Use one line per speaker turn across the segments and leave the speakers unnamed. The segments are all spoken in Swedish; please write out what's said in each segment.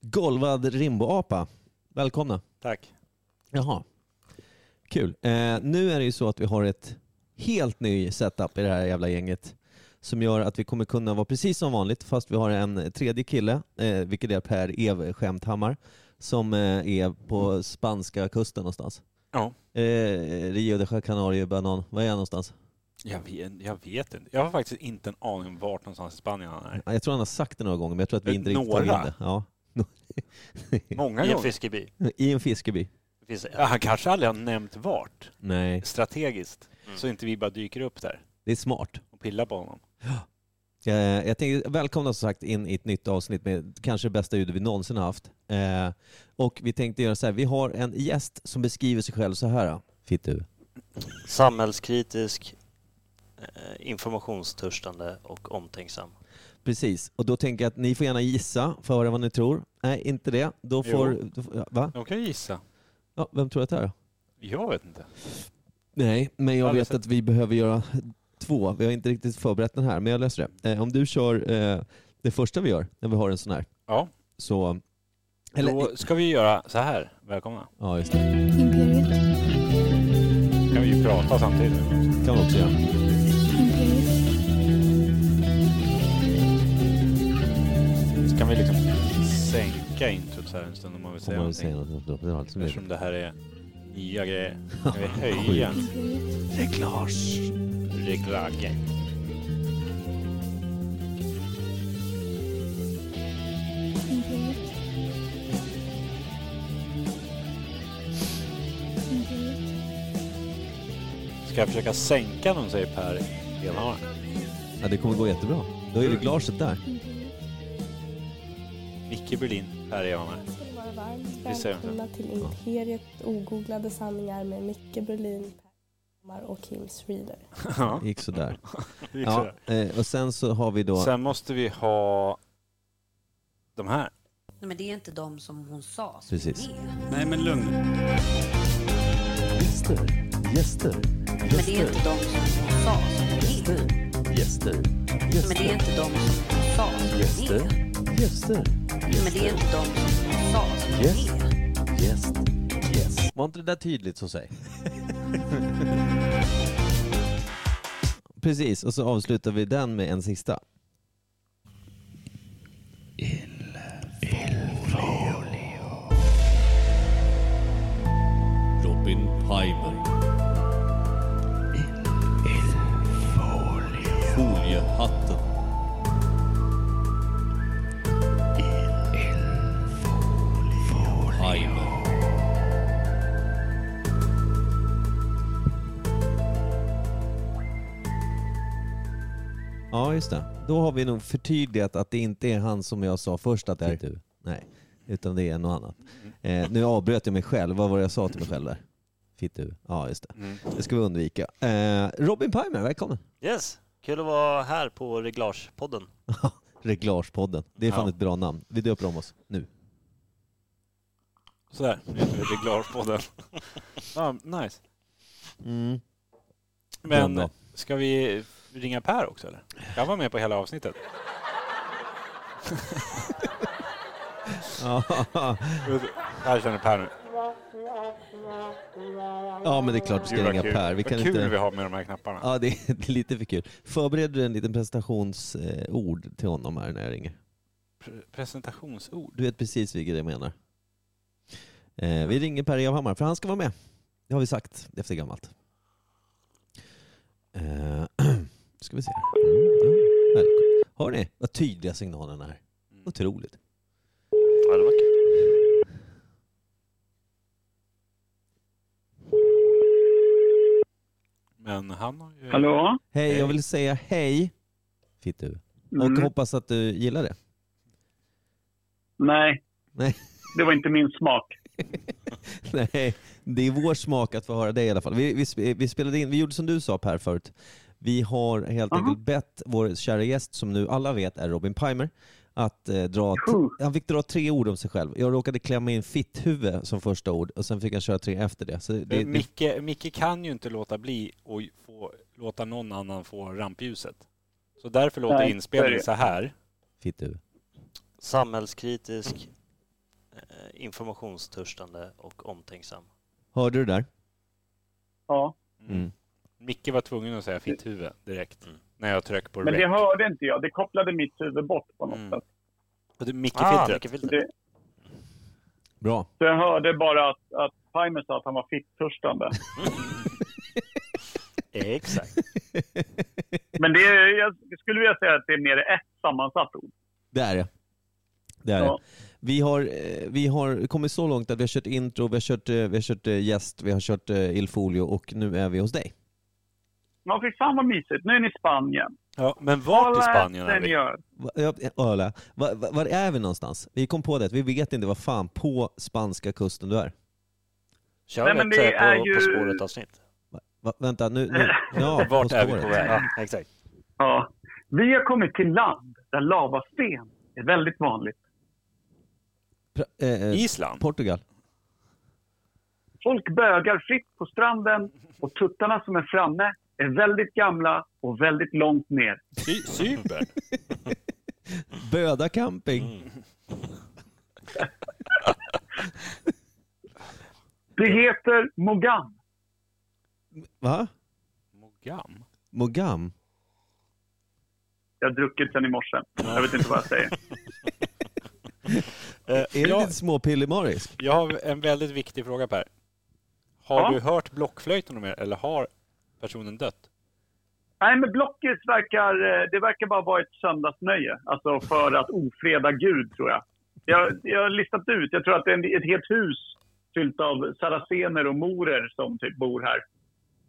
Golvad Rimboapa. Välkomna.
Tack.
Jaha. Kul. Eh, nu är det ju så att vi har ett helt ny setup i det här jävla gänget som gör att vi kommer kunna vara precis som vanligt fast vi har en tredje kille, eh, vilket är Per Ev Skämthammar, som eh, är på spanska kusten någonstans.
Ja.
Eh, Rio de Canario, banan. Var är han någonstans?
Jag vet, jag vet inte. Jag har faktiskt inte en aning om vart någonstans i Spanien han är.
Ja, Jag tror han har sagt det några gånger men jag tror att vi inte riktigt tar in
Några.
det. Ja.
Många
I en
gånger.
fiskeby.
I en fiskeby.
Det finns eh,
Ja, Han kanske aldrig har nämnt vart,
Nej,
strategiskt,
Mm.
så inte vi bara dyker upp där
det är smart.
och pillar på honom.
Eh, jag tänkte välkomna som sagt in i ett nytt avsnitt med kanske det bästa ljudet vi någonsin har haft. Eh, och vi tänkte göra så här, vi har en gäst som beskriver sig själv så här. eh. Fittu.
samhällskritisk, eh, informationstörstande och omtänksam.
Precis, och då tänker jag att ni får gärna gissa för att höra vad ni tror. Nej, inte det. Då får... Då, får- ja, va?
De kan ju gissa.
Ja, vem tror att det är då?
Jag vet inte.
Nej, men jag
Aldrig
vet
sett.
att vi behöver göra två. Vi har inte riktigt förberett den här, men jag löser det. Eh, om du kör eh, det första vi gör när vi har en sån här,
Ja,
så... Eller,
då ska vi göra så här. Välkomna.
ja, just det.
Imperiet,
Kan vi ju prata samtidigt.
kan man också göra.
Imperiet,
Så kan vi liksom sänka introt så här en stund om man vill
Om
säga
man vill säga
någonting.
något. då- då- då- då-
Eftersom det här är nya grejer. Kan vi höja
Imperiet,
reglage? Reglage.
Imperiet. Imperiet,
Ska jag försöka sänka någon säger Per Enhammar.
Ja, det kommer gå jättebra. Då är reglaget där.
Imperiet.
Micke Berlin, Per Enhammar.
ska ni vara varmt
Vi ser inte.
välkomna till Imperiet ogooglade sanningar med Micke Berlin, Per Hammar och Kim Reader.
Ja,
Det gick sådär.
det gick
Ja,
sådär.
eh, och sen så har vi då...
Sen måste vi ha de här.
Nej, men det är inte de som hon sa som
Precis.
är med.
Nej men lugn.
Gäster, gäster,
Men det är inte de som hon sa som är med.
gäster,
Men det är inte de som hon sa som är med.
gäster,
Men det är inte de som hon sa som
Yes.
är med.
gäst, gäst. Var inte det där tydligt så säg? Precis, och så avslutar vi den med en sista.
Robin Piper. Foliehatten. Piper.
Ja, just det. Då har vi nog förtydligat att det inte är han som jag sa först att det är Typ du. Nej, utan det är något annat. Eh, nu avbröt jag mig själv. Vad var det jag sa till mig själv där? Fittu. Ja, just det.
Mm.
Det ska vi undvika. Eh, Robin Pimer, välkommen.
Yes, kul att vara här på Reglagepodden.
Reglagepodden. Det är fan
Ja.
ett bra namn. Vi döper om oss nu.
Sådär, nu är vi reglage på den. Ja, nice.
Mm.
Men
Bra.
ska vi ringa Per också eller? Jag var med på hela avsnittet. Här känner Per nu.
ja, men det är klart vi ska
Gud, vad
ringa
kul.
Per. Vi kan
vad kul vi
inte...
har med de här knapparna.
Ja, det är, det är lite för kul. Förbereder du en liten presentationsord till honom här när jag ringer?
Pre- Presentationsord.
Oh, Du vet precis vilket jag menar. Eh, vi ringer Per Evhammar, för han ska vara med. Det har vi sagt efter gammalt. Eh, ska vi se. här. Mm, ja. Välkommen. Hör ni vad tydliga signalerna är? Otroligt.
Ja, det var kul.
Men han har ju...
Hallå?
Hej, jag vill säga hej. Fittu. Och
Mm.
hoppas att du gillar det.
Nej,
Nej.
det var inte min smak.
Nej, det är vår smak att få höra dig i alla fall. Vi, vi, sp- vi spelade in, vi gjorde som du sa Per förut. Vi har helt
Aha.
enkelt bett vår kära gäst, som nu alla vet är Robin Pimer, att eh, dra... t-
Huh.
Han fick dra tre ord om sig själv. Jag råkade klämma in fitthuvud som första ord och sen fick han köra tre efter det. Så det,
Det,
Mm.
det
Micke, Micke kan ju inte låta bli och få, låta någon annan få rampljuset. Så därför låter
Nej,
inspelningen
så
så här.
fitthuvud.
Samhällskritisk, eh, informationstörstande och omtänksam.
Hörde du det där?
Ja.
Mm.
Micke var tvungen att säga fitt huvud direkt
Mm.
när jag tryckte på
Men det
rec.
hörde inte jag. Det kopplade mitt huvud bort på något
Mm.
sätt.
Och det-
Ah,
Micke-filtret.
mycket filter.
Det,
Bra.
så jag hörde bara att, att Pimer sa att han var fittörstande.
Exakt.
Men det är, jag skulle vilja säga att det är mer ett sammansatt ord.
Det är det. det, är
Ja.
det. Vi, har, eh, vi har kommit så långt att vi har kört intro, vi har kört, eh, vi har kört eh, gäst, vi har kört eh, Ilfolio och nu är vi hos dig.
Ja, fy fan vad mysigt. Nu är ni i Spanien.
Ja, men vart i
Kolla
Spanien
efter
är
ni
vi?
gör.
Va- ja, Öla, va- va- var är vi någonstans? Vi kom på det, att vi vet inte vad fan på spanska kusten du är.
Kör
Nej,
vi
men
ett
det
eh,
är
på,
ju-
på spåret avsnitt.
Va, vänta, nu... nu ja,
Vart är vi
spåret.
på väg?
Ja, exakt.
Ja. Vi har kommit till land där lavasten är väldigt vanligt.
Pra- eh, eh,
Island?
Portugal.
Folk bögar fritt på stranden och tuttarna som är framme är väldigt gamla och väldigt långt ner.
Sy- Cypern?
Böda camping.
Mm.
Det heter Mogam.
Va?
Mogam?
Mogam?
Jag har druckit sen i morse. Jag vet inte vad jag säger.
Eh,
Är du
jag,
lite småpillemarisk?
jag har en väldigt viktig fråga Per. Har
Ja.
du hört blockflöjten mer eller har personen dött?
Nej, men Blockis verkar, eh, det verkar bara vara ett söndagsnöje. Alltså för att ofreda Gud, tror jag. Jag, jag har listat ut, jag tror att det är en- ett helt hus fyllt av saracener och morer som typ bor här.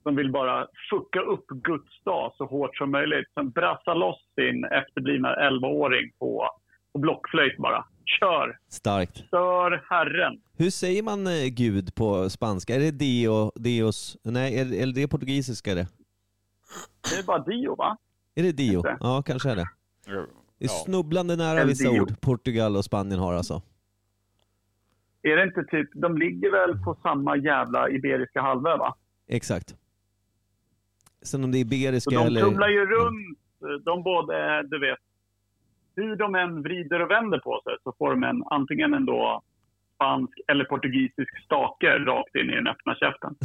Som vill bara fucka upp Guds dag så hårt som möjligt. Sen brassa loss sin efterblivna 11-åring på, på blockflöjt bara. Kör!
Starkt.
Stör Herren!
Hur säger man eh, gud på spanska? Är det Dio, Dios? Nej, är, eller det är portugisiska det?
Det är bara Dio, va?
Är det Dio?
Inte.
Ja, kanske är det. Det är
Ja.
snubblande nära
El
vissa
Dio.
ord Portugal och Spanien har alltså.
Är det inte typ, de ligger väl på samma jävla Iberiska halvö, va?
Exakt. Sen om det är
Så
iberiska
de
eller...
tumlar ju
Mm.
runt, eh, de både, du vet, hur de än vrider och vänder på sig så får de en, antingen en då spansk eller portugisisk stake rakt in i den öppna käften.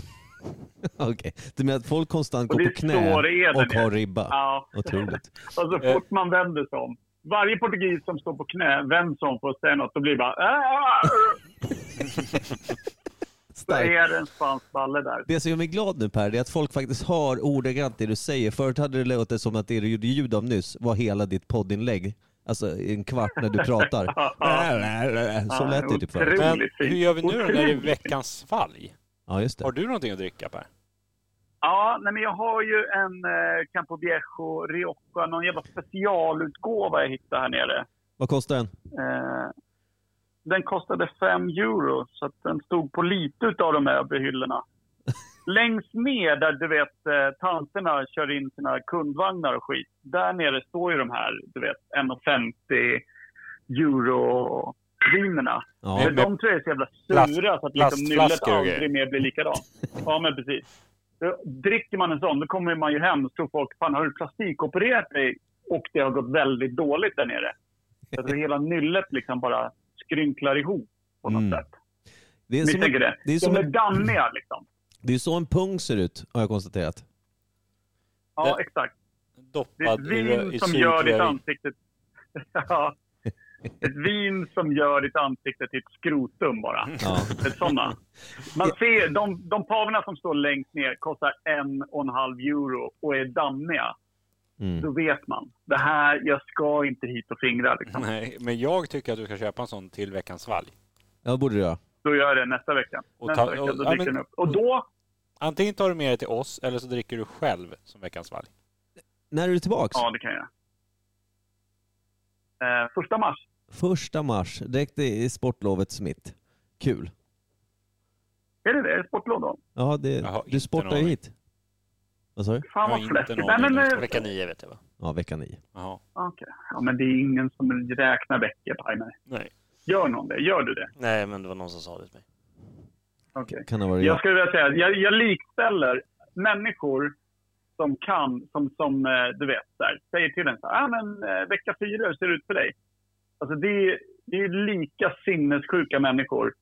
Okej. Du menar att folk konstant
Och
går
det
på knä
står i Eden,
och
ja.
har ribba?
Ja,
Otroligt.
och så
Eh.
fort man vänder sig om. Varje portugis som står på knä, vem som får säga något, då blir det bara "Ah, ah, ah", så
Starkt.
är det en spansk balle där.
Det som gör mig glad nu Per, det är att folk faktiskt hör ordagrant det du säger. Förut hade det låtit som att det du gjorde ljud av nyss var hela ditt poddinlägg. Alltså i en kvart när du pratar.
Ja, ja.
Så lät det typ förut.
Men
Otroligt fint.
hur gör vi nu då när det är
Otroligt.
veckans svalg?
Ja just
Har
det.
du någonting att dricka Per?
Ja, nej, men jag har ju en eh, Campo Viejo Rioja, någon jävla specialutgåva jag hittade här nere.
Vad kostar den?
Eh, den kostade 5 euro, så att den stod på lite utav de här hyllorna. Längst ner där du vet eh, tanterna kör in sina kundvagnar och skit. Där nere står ju de här, du vet, 1,50 euro vinerna.
Ja.
För
med-
de tror jag är så jävla
Plast-
sura så att liksom nyllet
plastflaskor och grejer.
aldrig mer blir likadant. Ja men precis. Då Dricker man en sån då kommer man ju hem och tror folk, fan har du plastikopererat dig? Och det har gått väldigt dåligt där nere. Så att hela nyllet liksom bara skrynklar ihop på något
Mm.
sätt.
Det är som en,
Misstänker det.
det är som
De är
en-
dammiga liksom.
det är så en pung ser ut har jag konstaterat.
Ja
Det-
exakt. Det är ett
Doppad i, rö-
vin
i
som gör ditt
surklöver.
ansikte... Ja. Ett vin som gör ditt ansikte till ett skrotum bara.
Mm.
Ja.
Ett sådana. Man ser, de, de pavorna som står längst ner kostar en och en halv euro och är dammiga.
Mm.
Då vet man. Det här, jag ska inte hit och fingra. Liksom.
Nej, men jag tycker att du ska köpa en sån till veckans svalg.
Ja, borde du göra.
Då gör jag det nästa vecka.
Och
nästa
ta-
vecka
och-
då
ja,
dyker
men-
den upp. Och då,
Antingen tar du med det till oss eller så dricker du själv som veckans svalg.
När är du tillbaks?
ja det kan jag eh, Första mars.
Första mars, direkt i i sportlovets mitt. Kul.
Är det det? Är det sportlov då?
Ja, det,
Jag har inte
du sportar ju
någon
hit. Vad sa du?
Fan
Jag har
vad
inte
fläskigt.
någon
Nej, men,
aning.
eh,
Vecka nio vet jag va?
Ja, vecka nio.
Jaha.
okej. Ja, men det är ingen som räknar veckor, Pajmer.
Nej.
Gör någon det? Gör du det?
Nej, men det var någon som sa det till mig.
Okej.
Kan det vara
Jag
jag?
skulle vilja säga att jag, jag likställer människor som kan, som, som eh, du vet, så här, säger till en så här, ah, men eh, vecka fyra, hur ser det ut för dig? Alltså det, är- det är ju lika sinnessjuka människor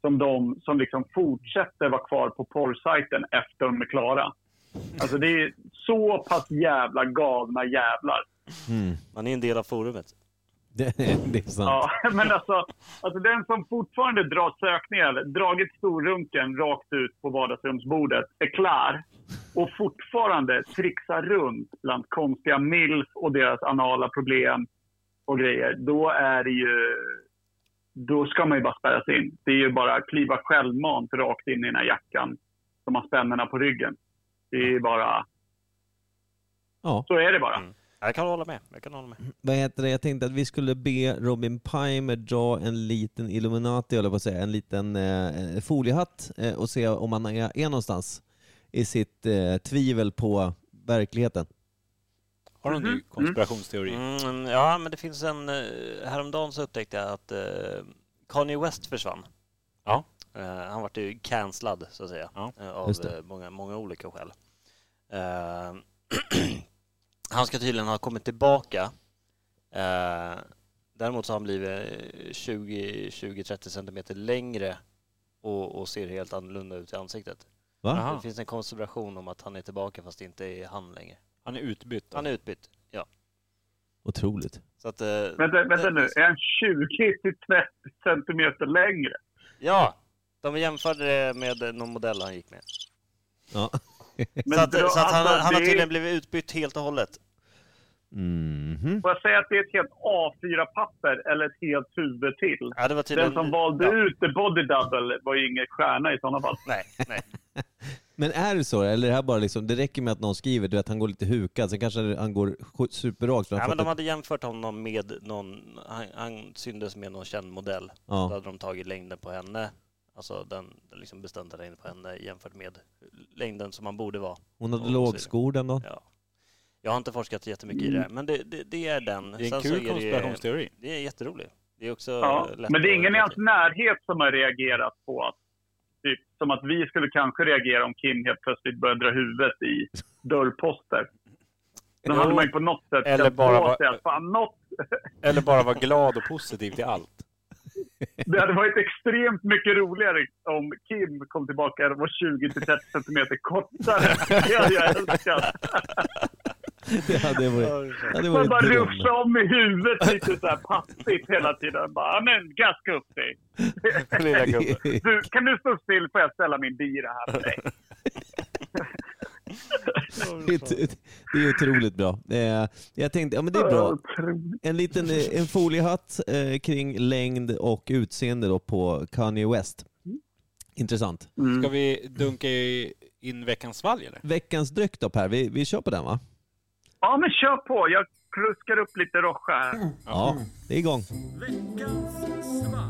som de som liksom fortsätter vara kvar på porrsajten efter de är klara. Alltså det är så pass jävla galna jävlar.
Mm.
Man är en del av forumet.
Det, det är sant.
Ja, men alltså, alltså den som fortfarande drar sökningar, dragit storrunken rakt ut på vardagsrumsbordet, är klar och fortfarande trixar runt bland konstiga milf och deras anala problem och grejer, då är det ju... Då ska man ju bara spärras in. Det är ju bara att kliva självmant rakt in i den här jackan som har spännena på ryggen. Det är ju bara...
Ja.
Så är det bara.
Jag kan hålla med. Jag kan hålla med.
Vad heter det? Jag tänkte att vi skulle be Robin Pimer dra en liten Illuminati, eller vad säga, en liten eh, foliehatt eh, och se om han är, är någonstans i sitt eh, tvivel på verkligheten.
Har du en ny konspirationsteori?
Mm, ja, men det finns en... eh, Häromdagen så upptäckte jag att eh, Kanye West försvann.
Ja.
Eh, han vart ju cancellad, så att säga,
Ja,
eh, av
just det.
eh, många, många olika skäl. Eh, han ska tydligen ha kommit tillbaka. Eh, däremot så har han blivit eh, 20 20-30 centimeter längre och, och ser helt annorlunda ut i ansiktet.
Va?
Det
Aha.
finns en konspiration om att han är tillbaka fast det inte är han längre.
Han är utbytt.
Han är utbytt, ja.
Otroligt.
Så att, eh,
Vänta, vänta
eh,
nu, är han 20-30 centimeter längre?
Ja! De jämförde det med någon modell han gick med.
Ja.
Men
så att,
dra-
så att han,
alltså,
han har
det är-
tydligen blivit utbytt helt och hållet.
Mhm.
Får jag säga att det är ett helt A4-papper eller ett helt huvud till?
Ja, det var tydligen...
Den som valde
ja.
ut the body double var ju ingen stjärna i sådana fall.
Nej, nej.
Men är det så? Eller är det här bara liksom, det räcker med att någon skriver, du vet han går lite hukad, sen kanske han går sj- superrakt. så han typ-
ja, men de
fattar-
hade jämfört honom med någon... Han, han syndes med någon känd modell.
Ja.
Då hade de tagit längden på henne, alltså den den liksom bestämda längden på henne jämfört med längden som han borde vara.
Hon
Ja,
hade
så är det.
lågskor den då.
Ja. Jag har inte forskat jättemycket i det här,
Mm.
men det, det, det är den.
Det är
Sen
en
så
kul
det, ju-
konspirationsteori.
det är jätteroligt. Det är också
Ja.
eh, lätt
Men det är
att-
ingen i hans närhet som har reagerat på att, typ, som att vi skulle kanske reagera om Kim helt plötsligt började dra huvudet i dörrposter. Då hade
Jo.
man ju på något sätt
Eller
känt
bara
på
va-
sig att fan, något,
Eller bara vara glad och positiv till allt.
det hade varit extremt mycket roligare om Kim kom tillbaka och var 20-30 centimeter kortare. Det hade jag älskat.
Det hade varit, det hade
Man
varit
bara
dröm.
rufsar om i huvudet lite så här passivt hela tiden. Bara, men gaska upp dig.
Lilla gubben.
Du, kan du stå still får jag ställa min bira här för dig.
Det är- det är otroligt bra. Eh, Jag tänkte, ja men det är bra. En liten eh, en foliehatt eh, kring längd och utseende då på Kanye West. Intressant.
Ska vi dunka i- in veckans svalg eller?
Veckans dryck då Per, vi, vi kör på den va?
Ja, men kör på. Jag kruskar upp lite rocha här.
Ja, det är igång.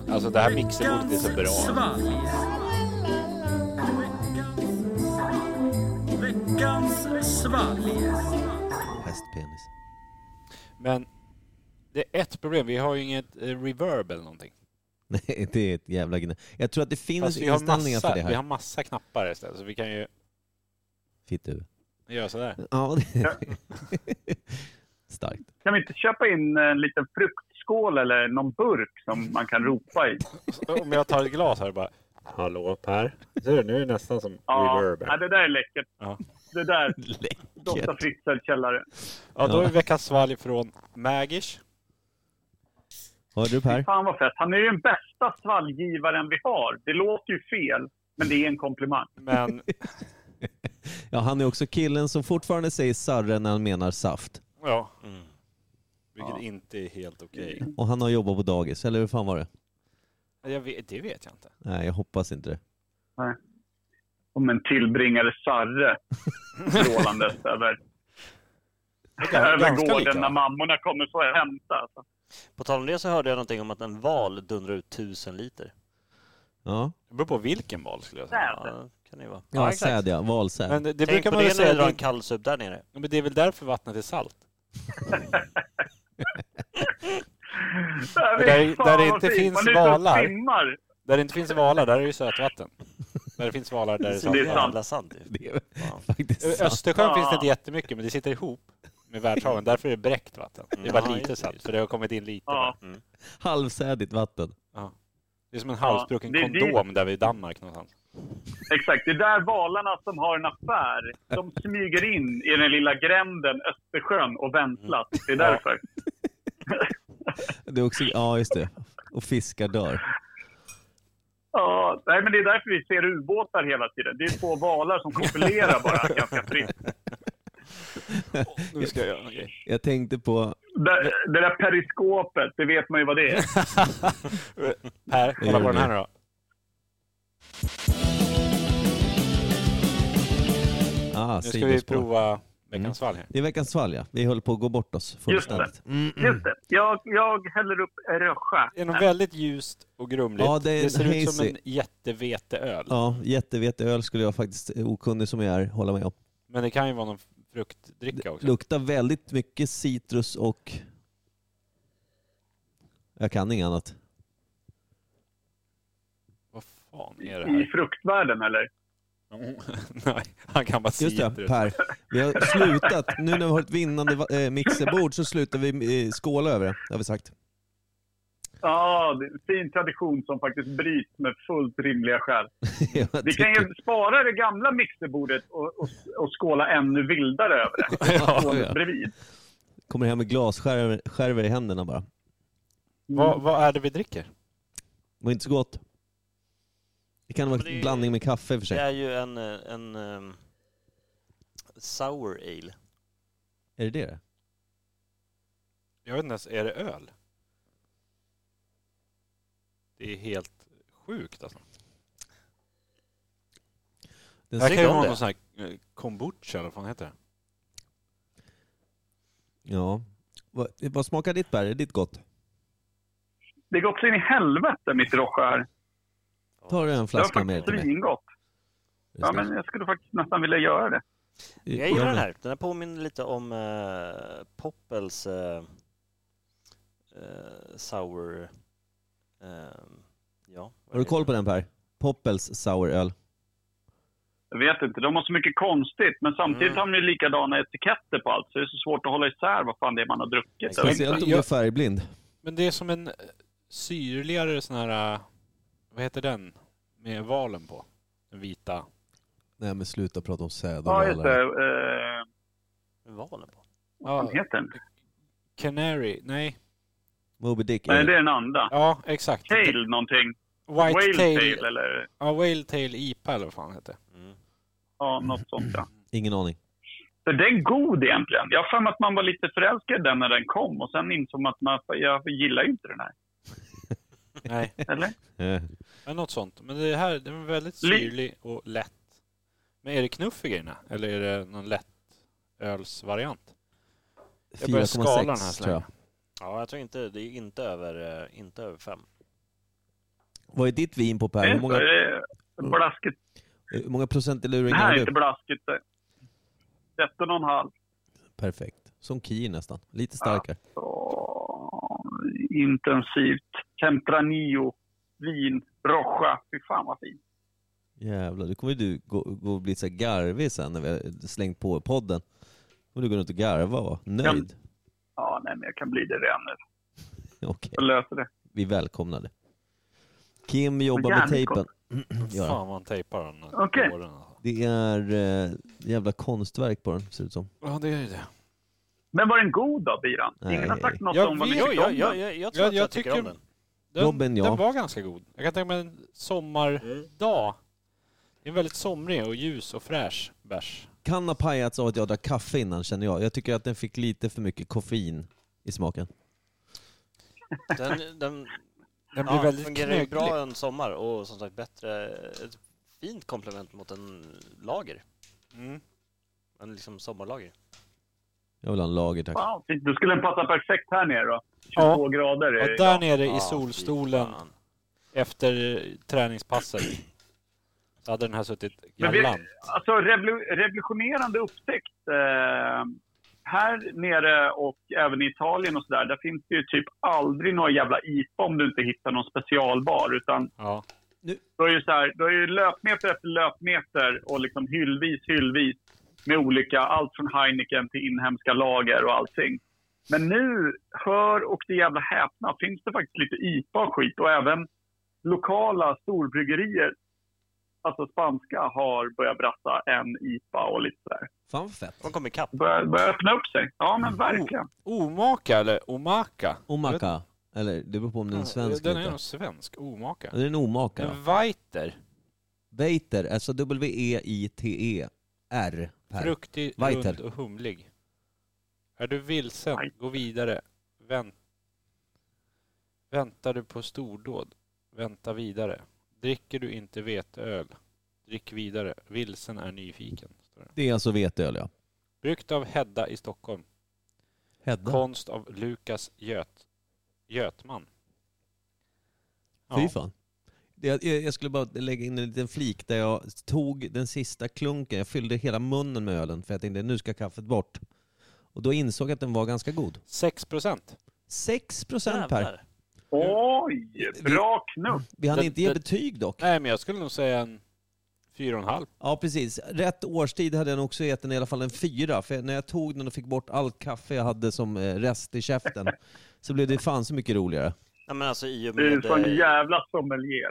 Alltså det här mixerbordet är så bra.
Hästpenis.
Men det är ett problem, vi har ju inget eh, reverb eller någonting.
Nej, det är ett jävla gnä. Jag tror att det finns
Fast vi har,
inställningar
massa,
för det
vi
här.
har massa knappar istället, så vi kan ju
Fitt du.
göra sådär.
Ja, det... Starkt.
Kan vi inte köpa in en liten fruktskål eller någon burk som man kan ropa i?
Så Om jag tar ett glas här bara. Hallå Per. Ser du, nu är det nästan som
Ja, ja det där är läckert.
Ja.
Det där doftar
Läckert.
Fritzl källare.
Ja, då är veckans svalg från Magish.
Hörde du Per?
Fan vad fett. Han är ju den bästa svalggivaren vi har. Det låter ju fel, men det är en komplimang.
Men
Ja, han är också killen som fortfarande säger sarre när han menar saft.
ja. Vilket inte är helt okej.
Och han har jobbat på dagis, eller hur fan var det?
Jag vet, det vet jag inte.
Nej, jag hoppas inte det.
Om en tillbringare Sarre strålandes över, över
ganska
gården
lika.
när mammorna kommer så att hämta. Alltså.
På tal om det så hörde jag någonting om att en val dundrar ut tusen liter.
Ja,
Det beror på vilken val skulle jag säga.
Säte.
Ja, kan det ju vara.
ja säd ja. Valsäd.
Men det, det
Tänk
brukar
på
man väl
det när
säga,
jag drar
att
en kallsup där nere.
det, men det är väl därför vattnet är salt.
Fy
där-
fan
där det
vad
inte
fint.
finns
Man är ute och
valar.
simmar.
Där det inte finns valar, där är det ju sötvatten. Där det finns valar, där är det
Så
det är
saltvatten.
jävla sant ju.
Det är faktiskt
Ö-
sant.
Östersjön
Ja.
finns det inte jättemycket, men det sitter ihop. med världshaven. Därför är det bräckt vatten. Det är
Ja,
bara lite
just det,
salt,
just
för det har kommit in lite.
Ja.
Halvsädigt vatten.
Det är som en halsbrucken
Ja, det- det-
kondom där vid Danmark någonstans.
Exakt, det är där valarna som har en affär, de smyger in i den lilla gränden Östersjön och vänslas. Det är därför.
Det är också, ja, just det. Och fiskar dör.
Ja, nej, men det är därför vi ser ubåtar hela tiden. Det är två valar som kopulerar bara ganska fritt.
Nu ska jag göra en grej.
Jag tänkte på,
Det, det där periskopet, det vet man ju vad det är.
Per, kolla på den här nu då.
ah,
Nu ska vi
sidospår.
prova veckans fall här.
Det är veckans fall ja. Vi höll på att gå bort oss fullständigt.
Just det, jag, jag häller upp röscha.
Det är något väldigt ljust och grumligt.
Ja, det är
ser ut som
hazy.
en jätteveteöl.
Ja, jätteveteöl skulle jag faktiskt, okunnig som jag är, hålla med om.
Men det kan ju vara någon fruktdricka också.
Luktar väldigt mycket citrus och... Jag kan inget annat.
Vad fan är det
I
här?
fruktvärlden eller?
Nej, han kan bara se
Just det,
ut.
Per. Vi har slutat. Nu när vi har ett vinnande va- eh, mixerbord så slutar vi eh, skåla över det, har vi sagt.
Ja, det är en fin tradition som faktiskt bryts med fullt rimliga skäl.
Jag
Vi kan
tycker-
ju spara det gamla mixerbordet och, och, och skåla ännu vildare över det.
Ja,
Skålet
ja.
bredvid.
Kommer hem med glasskärvor skärvor i händerna bara.
Mm.
Vad, vad är det vi dricker?
Det var inte så gott. Det kan vara
Men det är-
en blandning med kaffe i och för
Det
sig.
är ju en, eh, en ehm, sour ale.
Är det det?
Jag vet inte ens, är det öl? Det är helt sjukt alltså.
Den
Det här
ser-
kan ju
om
vara
det.
någon sån här eh, kombucha eller vad fan heter det?
Ja. Vad, vad smakar ditt bär? Är ditt gott?
Det går också in i helvete mitt roscha här.
Tar du en
Det var
flaska med
faktiskt
till mig?
svingott. Ja, men jag skulle faktiskt nästan vilja göra det.
Jag gillar den här. Den här påminner lite om eh, Poppels eh, eh, sour... ehm, ja.
Har du koll på den Per? Poppels souröl.
Jag vet inte, de har så mycket konstigt. Men samtidigt
Mm.
har de ju likadana etiketter på allt. Så det är så svårt att hålla isär vad fan det är man har druckit.
Exakt.
Eller?
Speciellt om du är färgblind.
Men det är som en eh, syrligare sån här, eh, vad heter den? Med valen på. Den vita.
Nej men sluta prata om
Ja, just
sädervalar.
det. Eh,
Valen på.
Ja,
vad heter den?
Canary, nej.
Moby Dick.
Nej,
är
det är den andra.
Ja, exakt.
Tail någonting.
White
Whale tail
tail,
eller
ja, whale tail IPA eller vad fan heter.
Mm.
ja, något sånt ja.
Ingen aning.
För den är god egentligen. Jag har för mig att man var lite förälskad i den när den kom. Och sen insåg man att man, jag gillar ju inte den här.
Nej,
Eller?
Eh,
ja, något sånt. Men det här, den är väldigt
Li-
syrlig och lätt. Men är det knuff i grejerna? Eller är det någon lätt ölsvariant? Jag börjar skala den här
4,6 tror jag.
Ja, jag tror inte... Det är inte över, eh, inte över fem.
Vad är ditt vin på Per? Hur många,
Det är eh, Blasket.
hur många procent i
Det
luringen
här
har
är inte
du?
blasket. Eh, 13,5.
Perfekt. Som Kier nästan. Lite starkare.
Så, Eh, intensivt. Tempranillo. Vin. Rocha. Fy fan vad fint.
Jävlar, då kommer du gå, gå och bli så här garvig sen när vi har slängt på podden. Kommer du gå runt och garva och vara nöjd.
Ja, nej, men jag kan bli det redan nu.
Okej,
Jag löser det.
vi välkomnar det. Kim jobbar med
Jävligt
tejpen. Gör han.
Fan vad han tejpar den. här
Okej.
båren, alltså.
Det är eh, jävla konstverk på den, ser det ut som.
Ja, det är ju det.
Men var den god då, Biran? Ingen har
Nej.
sagt något
Jag
om vad vi
vet-
tyckte om
Jag,
den.
jag, jag tror att jag, tycker om den.
Den,
Robin, ja.
den var ganska god. Jag kan tänka mig en sommardag. Det är en väldigt somrig och ljus och fräsch bärs.
Kan ha pajats av att jag drack kaffe innan känner jag. Jag tycker att den fick lite för mycket koffein i smaken.
Den, den,
Den blir
ja,
väldigt
fungerar ju
knögglig.
bra en sommar och som sagt bättre... Ett fint komplement mot en lager.
Mm.
En liksom sommarlager.
Jag vill ha en lager tack.
Fan, fint. Då skulle den passa perfekt här nere då. 22
Ja.
grader.
Ja,
är det
där
idag.
nere
Ja,
i
fy
solstolen
fan.
efter träningspasset så hade den här suttit
Men vi-
galant.
Alltså revolu- revolutionerande upptäckt. Eh, här nere och även i Italien och sådär, där finns det ju typ aldrig några jävla IPA om du inte hittar någon specialbar. Utan
Ja.
då är det ju så här, då är det ju löpmeter efter löpmeter och liksom hyllvis, hyllvis. med olika, allt från Heineken till inhemska lager och allting. Men nu, hör och det jävla häpna, finns det faktiskt lite IPA och skit och även lokala storbryggerier, alltså spanska, har börjat bratta en IPA och lite sådär.
Fan vad fett.
De kom ikapp.
Börjar, börjar öppna upp sig. Ja, men verkligen.
Omaka eller omaka?
Omaka. Eller det beror på om den är en svensk.
Den
Den
är nog svensk. Omaka.
är en omaka.
En weiter.
Weiter, alltså E W-E-I-T-E-R. Per.
Fruktig,
Weiter.
rund och humlig. Är du vilsen,
Aj.
gå vidare. Vänt. Väntar du på stordåd, vänta vidare. Dricker du inte veteöl, drick vidare. Vilsen är nyfiken. står det.
Det är alltså veteöl ja.
Bryggt av Hedda i Stockholm.
Hedda.
Konst av Lukas Göt, Götman.
Fy fan. Det- Jag, jag jag skulle bara lägga in en liten flik där jag tog den sista klunken. Jag fyllde hela munnen med ölen för jag tänkte nu ska kaffet bort. Och då insåg jag att den var ganska god.
6 procent.
6 procent Per.
Jävlar.
Oj, bra knuff!
Vi hann
Det-
inte ge
det-
betyg dock.
Nej, men jag skulle nog säga en fyra och en halv.
Ja precis. Rätt årstid hade jag nog också gett den i alla fall en fyra. För när jag tog den och fick bort allt kaffe jag hade som eh, rest i käften så blev det fan så mycket roligare.
Nej, men alltså i och
Du är en
med,
sån
eh,
jävla sommelier.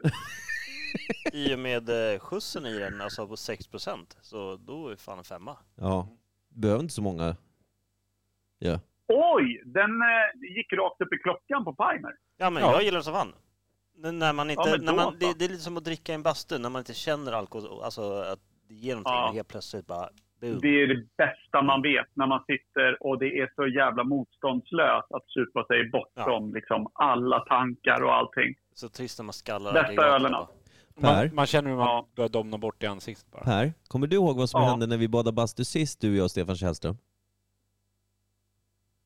i och med eh, skjutsen i den, alltså på 6%, så då är fan en femma.
Ja. Behöver inte så många. Ja.
Oj, den eh, gick rakt upp i klockan på Pimer.
Ja men
Ja.
jag gillar den som fan. N- När man inte,
Ja, men
när
då
man, det,
fan.
det är lite som att dricka i en bastu, när man inte känner alkohol, alltså att det ger någonting
Ja.
och helt plötsligt bara boom.
Det är det bästa man vet när man sitter och det är så jävla motståndslöst att supa sig bortom liksom alla tankar och allting.
Så trist när man skallar
Bästa
aggregaten
ölen,
bara.
Per?
Man, man känner hur man
Ja.
börjar domna bort i ansiktet bara.
Per, kommer du ihåg vad som
Ja.
hände när vi badade bastu sist du och jag och Stefan Källström?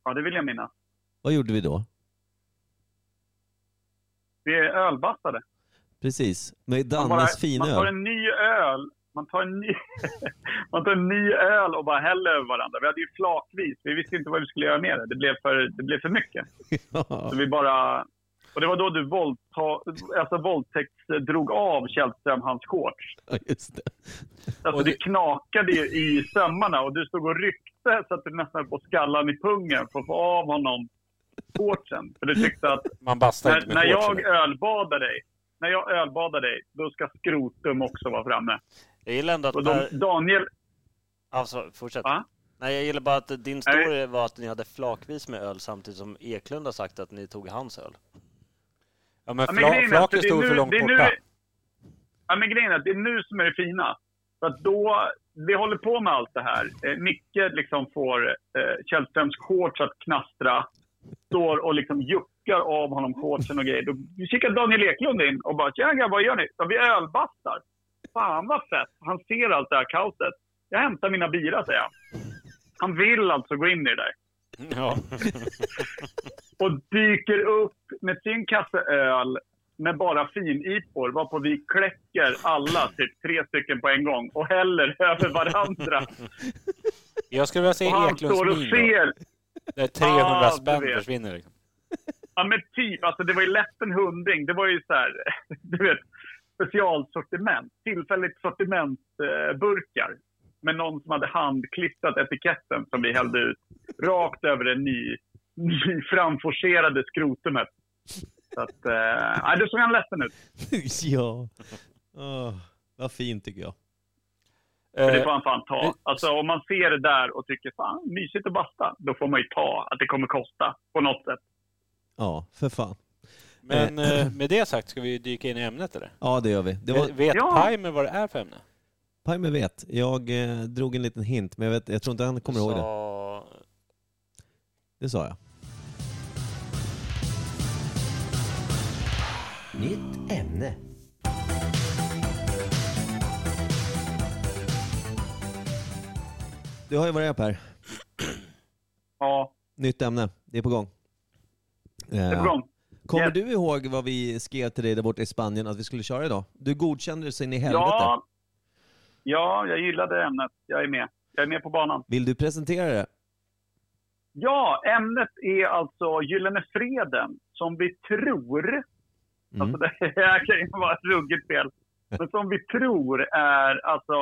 Ja, det vill jag minnas.
Vad gjorde vi då?
Vi är ölbastade.
Precis, med
Man,
Dannes
bara, man tar
finöl.
en ny öl. Man tar en ny, man tar en ny öl och bara häller över varandra. Vi hade ju flakvis. Vi visste inte vad vi skulle göra med det. Det blev för, det blev för mycket. Så vi bara... Och det var då du våldta, alltså våldtäkts, drog av Källström hans shorts.
Ja, just det.
Alltså
Och
det...
det-
knakade ju i sömmarna och du stod och ryckte så att du nästan höll på skallan i pungen för att få av honom shortsen. För du tyckte att
Man bastar
när,
inte med
när
shorts,
jag
eller?
ölbadar dig, när jag ölbadar dig, då ska skrotum också vara framme.
Jag gillar ändå
Och
att...
de,
Per...
Daniel,
Alltså, fortsätt.
Va?
Nej, jag gillar bara att din story var att ni hade flakvis med öl samtidigt som Eklund har sagt att ni tog hans öl.
Ja, men
Ja, men
fla,
grejen är att
flaket
det är
stod
nu-
för långt
det är nu-
borta.
ja men grejen är att det är nu som är det fina. För att då, vi håller på med allt det här. Eh, Micke liksom får eh, Källströms shorts att knastra. Står och liksom juckar av honom shortsen och grejer. Då kikar Daniel Eklund in och bara “Tjena grabbar, vad gör ni?” ja, “Vi ölbastar”. Fan vad fett. Han ser allt det här kaoset. “Jag hämtar mina bira” säger han. Han vill alltså gå in i det där
Ja.
och dyker upp med sin kasse öl med bara finipor varpå vi kläcker alla, typ tre stycken på en gång och häller över varandra.
Jag skulle vilja
Och
se
han står och
Eklunds min då,
ser.
där 300
Ah, du
spänn
vet.
försvinner. Liksom.
Ja men typ, alltså det var ju lätt en hundring. Det var ju så här, du vet, specialsortiment. Tillfälligt sortimentburkar. Eh, burkar. med någon som hade handklistrat etiketten som vi hällde ut rakt över det ny, ny framforcerade skrotumet. Så att, eh, nej, då såg han ledsen ut.
ja. Åh, vad fint tycker jag.
Men det
Eh,
får han fan ta. Alltså om man ser det där och tycker fan mysigt att basta, då får man ju ta att det kommer kosta på något sätt.
Ja, för fan.
men eh, med det sagt, ska vi dyka in i ämnet eller?
Ja, det gör vi. Det
Vet
Eh,
var
vet
Ja.
Pimer vad det är för ämne?
Pimer vet. Jag eh, drog en liten hint, men jag, vet, jag tror inte han kommer ihåg det.
Så...
Det sa jag.
Nytt ämne.
Du har ju varit här Per.
Ja,
Nytt ämne. Det är på gång. Eh,
det är på gång.
Kommer
Yes.
du ihåg vad vi skrev till dig där borta i Spanien att vi skulle köra idag? Du godkände det så in i helvete.
Ja, ja, jag gillade ämnet. Jag är med. Jag är med på banan.
Vill du presentera det?
Ja, ämnet är alltså Gyllene Freden som vi tror
Mm.
Alltså det här kan ju vara ett ruggigt fel. Men som vi tror är alltså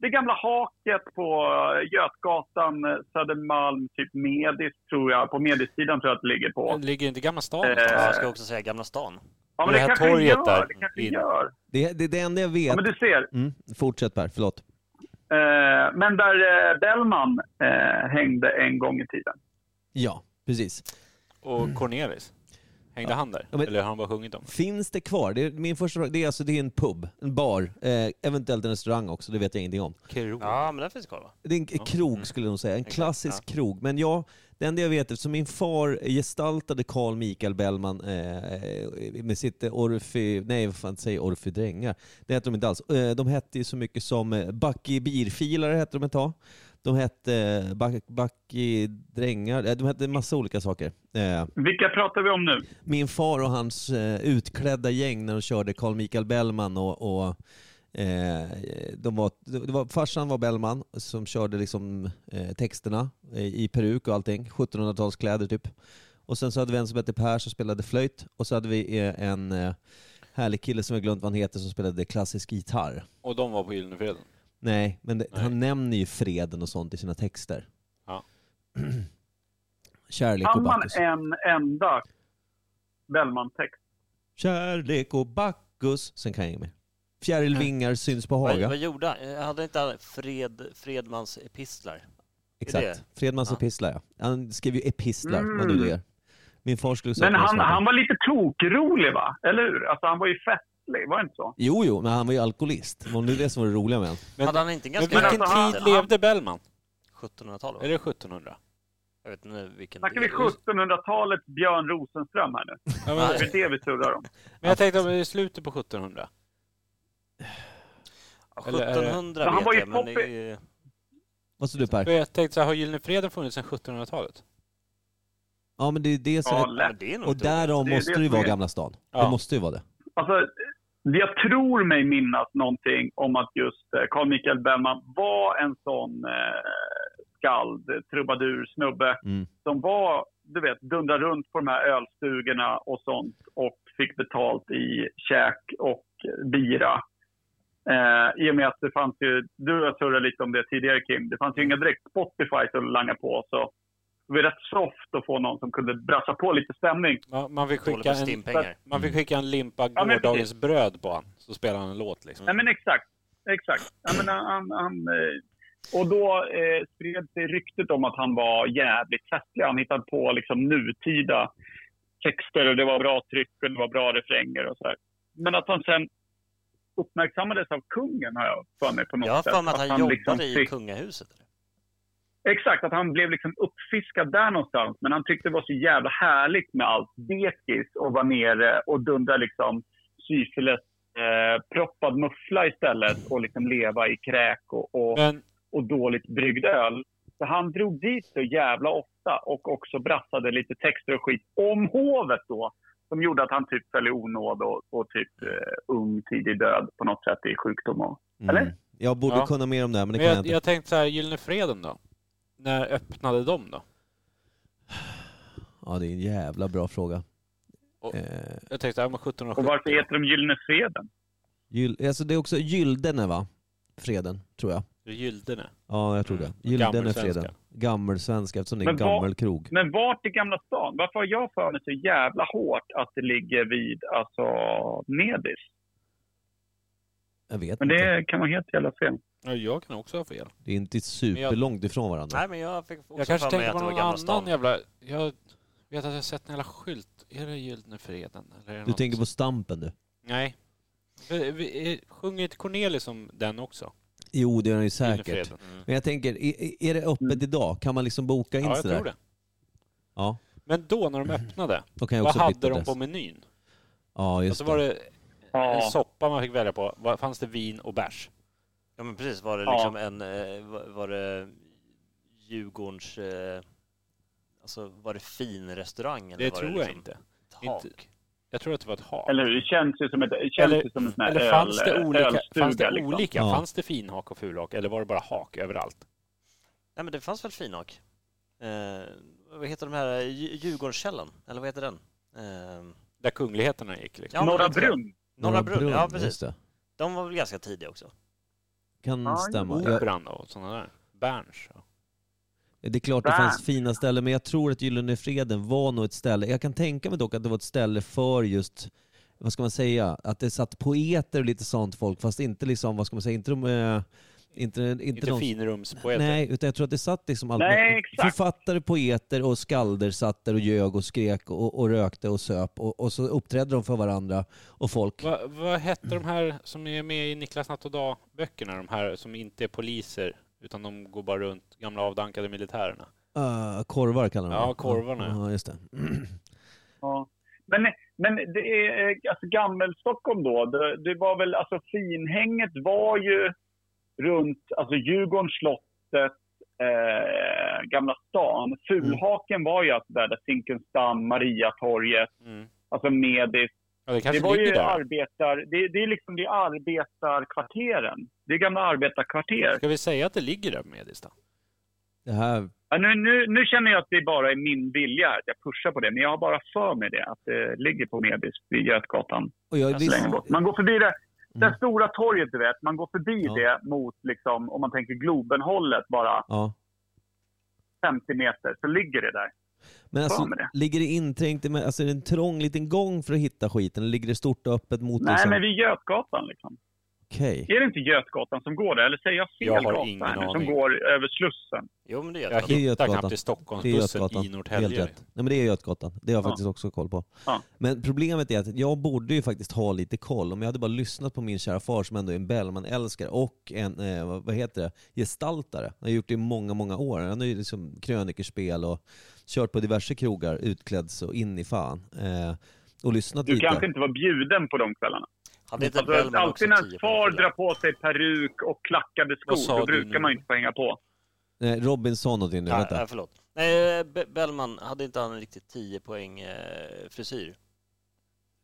det gamla haket på eh, Götgatan, eh, Södermalm, typ Medis tror jag. På Medissidan tror jag att det ligger på.
Ligger inte Gamla stan
Eh,
Ja, jag ska också säga Gamla stan.
Ja,
det
men det,
här
kanske det
torget
gör.
där.
Det kanske
In.
det gör.
Det, det, det enda jag
Ja,
vet...
men du ser.
Mm, fortsätt Per, förlåt.
Eh, men där eh, Bellman eh, hängde en gång i tiden.
Ja, precis.
och Cornelis? Hängde han där?
Ja, men-
Eller har han bara sjungit om?
Finns det kvar? Det är min första fråga. Det är alltså det är en pub, en bar, eh, eventuellt en restaurang också, det vet jag ingenting om.
Krog.
Ja, men den finns kvar va?
Det är en krog skulle jag nog säga, en klassisk krog. Men ja, det enda jag vet eftersom min far gestaltade Carl Mikael Bellman eh, med sitt Orfy, nej vad fan säger Orfy Drängar? Det hette de inte alls. Eh, de hette ju så mycket som eh, Bucky Birfilare hette de ett tag. De hette eh, Buck- Bucky Drängar, Eh, de hette en massa olika saker. Eh,
Vilka pratar vi om nu?
min far och hans eh, utklädda gäng när de körde Carl Mikael Bellman och, och eh, de var, det var, farsan var Bellman som körde liksom, eh, texterna i, i peruk och allting, 1700-talskläder typ. Och sen så hade vi en som hette Per som spelade flöjt och så hade vi eh, en eh, härlig kille som jag glömt vad han heter som spelade klassisk gitarr.
Och de var på Gyllenfreden?
Nej, men det,
Nej.
han nämner ju freden och sånt i sina texter.
Ja.
Kärlek och
Kan man
Bacchus.
en enda Bellman-text?
Kärlek och Bacchus. Sen kan jag inget mer. Fjärilvingar syns på
Vad,
Haga.
vad gjorde han? Eh, Hade inte han Fred, Fredmans epistlar?
Exakt. Fredmans
Ja.
epistlar ja. Han skrev ju epistlar,
Mm.
vad nu det är. Min far skulle säga
Men
att
han,
var
han
smart.
var lite tokrolig va? Eller hur? Alltså han var ju festlig, var det inte så?
Jo, jo, men han var ju alkoholist. Det var nu det som var det roliga med honom.
Men-
hade han inte en
Men
ganska...
vilken
alltså, han-
tid levde Bellman?
1700-tal va?
Är det 1700?
Jag vet inte vilken...
Snackar vi 1700-talet Björn Rosenström här nu?
Ja, men,
Nej.
Det är det vi surrar om.
men jag tänkte om det är slutet på 1700?
Ja,
Eller är det-
1700
Men han
vet
var ju
jag, men det är
poppy.
ju...
Vad sa du
För
Per?
jag tänkte så här, har Gyllenfreden funnits sedan 1700-talet?
Ja, men det är ju det som...
Ja,
Ja,
lätt.
men det är nog
och
inte...
därav
det är
måste
det
det ju
som
vara
är-
Gamla stan. Det
Ja.
måste ju vara det.
Alltså, jag tror mig minnas någonting om att just eh, Carl Michael Bellman var en sån eh, skald, eh, trubadur, snubbe
Mm.
som var, du vet, dundra runt på de här ölstugorna och sånt och fick betalt i käk och bira. Eh, I och med att det fanns ju, du har surrat lite om det tidigare Kim, det fanns ju inga direkt Spotify att langa på så det var rätt soft att få någon som kunde brassa på lite stämning.
Man, man, fick
Dåligt på
skicka en,
stimpengar.
man fick skicka en limpa
men precis.
gårdagens bröd på han, så spelade han en låt liksom.
Mm.
Nej men exakt. Exakt. Jag menar, han, han, eh, och då eh, spred sig ryktet om att han var jävligt festlig. Han hittade på liksom nutida texter och det var bra tryck och det var bra refränger och så här. Men att han sen uppmärksammades av kungen har jag för mig på något
Jag har
sätt.
för mig att han jobbade
liksom
i
fick-
kungahuset. eller?
Exakt, att han blev liksom uppfiskad där någonstans. Men han tyckte det var så jävla härligt med allt dekis och vara nere och dundra liksom syfilis eh, proppad muffla istället och liksom leva i kräk och, och,
Men
och dåligt bryggd öl. Så han drog dit så jävla ofta och också brassade lite texter och skit om hovet då. Som gjorde att han typ föll i onåd och, och typ eh, ung tidig död på något sätt i sjukdom. Och, Eller?
Mm. Jag borde
Ja.
kunna mer om det här, men det
Men
kan jag
jag,
inte.
jag tänkte så här, Gyllene Freden då? När öppnade de då?
Ja, det är en jävla bra fråga.
Och-
Eh,
Jag tänkte, ja men
och
1770.
varför heter de Gyllene Freden?
gyll, alltså det är också Gyldene va? Freden, tror jag.
Gyldene.
Ja, jag tror det.
Mm.
Gyldene
Gammelsvenska.
freden. Gammelsvenska, eftersom det är en
Men vad-
gammal krog.
Men vart i Gamla stan? Varför har jag för mig så jävla hårt att det ligger vid alltså, Medis?
Jag vet
Men
inte.
det kan vara helt jävla fel.
Ja, jag kan också ha fel.
Det är inte superlångt ifrån varandra.
Nej, men jag fick också
Jag kanske
för mig
tänkte
att
på
det var
någon
Gamla
annan
stan.
jävla... Jag vet att jag sett en jävla skylt. Är det Gyldene Freden? Eller är det
Du
något-
tänker på Stampen du?
Nej. Vi, vi, eh, sjunger inte Cornelis om den också?
Jo, det är den ju
Gyllene
säkert.
Mm.
Freden. Mm.
Men jag tänker, är, är det öppet
Mm.
idag? Kan man liksom boka in
Ja, jag
sådär?
tror det.
Ja,
Men då när de öppnade,
då kan Mm. jag
vad
också
hade
byta
de
adress.
på menyn?
Ja,
Och
just
så
det.
var det en
Ja.
soppa man fick välja på. Vad- Fanns det vin och bärs?
Ja, men precis. Var det
Ja.
liksom en... eh, var- Var det Djurgårdens... eh, Alltså, var det fin restaurang? Eller
Det
var
tror
det
jag
liksom
inte.
Tak?
Inte- Jag tror att det var ett hak.
Eller hur? Det känns ju som ett, det känns
Eller-
ju som en sån här
Eller
öl,
fanns det olika?
ölstuga.
Fanns det,
liksom.
olika?
Ja.
Fanns det finhak och fulhak? Eller var det bara hak överallt?
Nej, men det fanns väl finhak? Eh, vad heter de här? Dju- Djurgårdskällan? Eller vad heter den? Eh,
Där kungligheterna gick liksom.
ja, men
Norra
det tror jag.
Brunn.
Norra Brunn, ja
just
precis.
det.
De var väl ganska tidiga också?
kan
Ja,
stämma. Jag,
Operan då, och sådana där. Berns. och-
det är klart det fanns fina ställen, men jag tror att Gyllene Freden var nog ett ställe. Jag kan tänka mig dock att det var ett ställe för just, vad ska man säga, att det satt poeter och lite sånt folk, fast inte liksom, vad ska man säga, inte de... eh, Inte, inte,
Inte
de-
finrumspoeter.
Nej, utan jag tror att det satt liksom alla
Nej, exakt.
författare, poeter och skalder satt där och ljög och skrek och, och rökte och söp och, och så uppträdde de för varandra och folk.
Va, vad hette de här som är med i Niklas Natt och Dag-böckerna? De här som inte är poliser, utan de går bara runt, gamla avdankade militärerna.
Uh, korvar kallar de
Ja,
det.
korvarna, ja.
Ja, just det.
Ja. Men, men det är eh, alltså, Gammelstockholm då, det, det var väl, alltså finhänget var ju runt alltså, Djurgårdens slottet, eh, Gamla stan.
Mm.
Fulhaken var ju alltså där, där Zinkensdamm, Mariatorget,
Mm.
alltså Medis.
Ja, det
Det
kanske
var ju
ligger där.
arbetar, det, det är liksom det är arbetarkvarteren. Det är gamla arbetarkvarter.
Ska vi säga att det ligger där på Medis då?
Det här,
Ja, nu, nu, nu känner jag att det bara är min vilja att jag pushar på det, men jag har bara för mig det, att det ligger på Medis vid Götgatan.
och jag,
Ganska
visst,
länge bort. Alltså, Man går förbi det,
Mm.
det stora torget, du vet. Man går förbi
Ja.
det mot, liksom, om man tänker Globenhållet, bara
ja.
50 meter, så ligger det där.
Men alltså,
med det.
ligger det inträngt, i- alltså är det en trång liten gång för att hitta skiten? Eller ligger det stort och öppet mot
Nej,
liksom?
men vid Götgatan liksom.
Okej.
Är det inte Götgatan som går där? Eller säger jag fel
Jag har
gata
ingen
här nu,
aning.
som går över Slussen?
Jo, men det gör
Jag
Det är
det.
hittar
Götgatan.
knappt i
Det är
Stockholmsbussen
Götgatan.
i
Helt
Norrtälje.
rätt. Nej, men det är Götgatan. Det har jag
Ja.
faktiskt också koll på.
Ja.
Men problemet är att jag borde ju faktiskt ha lite koll. Om jag hade bara lyssnat på min kära far som ändå är en Bellman-älskare och en, eh, vad- vad heter det, gestaltare. Han har gjort det i många, många år. Han har ju liksom krönikerspel och kört på diverse krogar utklädd så in i fan. Eh, och lyssnat
Du
lite.
kanske inte var bjuden på de kvällarna.
Hade
typ
inte
Alltså,
Bellman också
alltid
tio
när far
profiler?
drar på sig peruk och klackade
Vad sa
skor, då
du nu?
brukar man ju inte få hänga på.
Nej, Robin sa någonting nu.
Nej,
Vänta.
nej, förlåt. Nej, Be- Bellman, hade inte han riktigt 10 poäng eh, frisyr?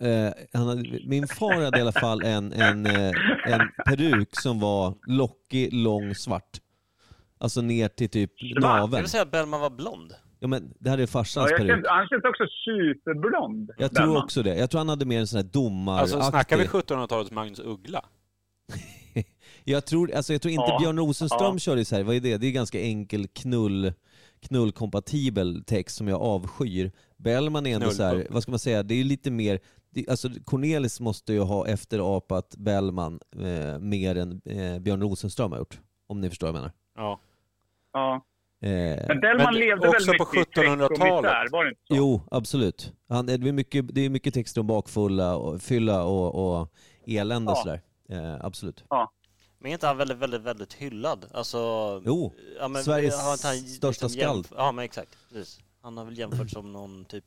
Eh, han hade, min far hade i alla fall en, en, eh, en peruk som var lockig, lång, svart. Alltså ner till typ
Jag
naveln.
vill säga att Bellman var blond.
Ja, men det här är
Ja,
farsans
jag
peruk.
känns, han känns också superblond.
Jag
Bellman.
tror också det. Jag tror han hade mer en sån här domaraktig...
Alltså snackar vi 1700-talets Magnus Uggla?
jag, tror, alltså, jag tror inte
Ja,
Björn Rosenström
ja.
kör i så här. Vad är det? Det är ganska enkel knull, knullkompatibel text som jag avskyr. Bellman är ändå så här,
Knullpump.
vad ska man säga, det är ju lite mer... det- Alltså Cornelis måste ju ha efterapat Bellman eh, mer än eh, Björn Rosenström har gjort. Om ni förstår vad jag menar.
Ja.
Ja.
Eh,
Men Bellman
Men
levde väl
också på
mycket i skräck och
1700-talet.
misär, var det inte så?
Jo, absolut. Han, det, är mycket, det är mycket texter om bakfulla, och, fylla och, och elände och
Ja.
sådär. Eh, absolut.
Men är inte han väldigt, väldigt, väldigt hyllad? Alltså...
Jo,
ja, men,
Sveriges
har inte han liksom
största
jämf-
skald.
Ja, men exakt. Precis. Han har väl jämförts som någon typ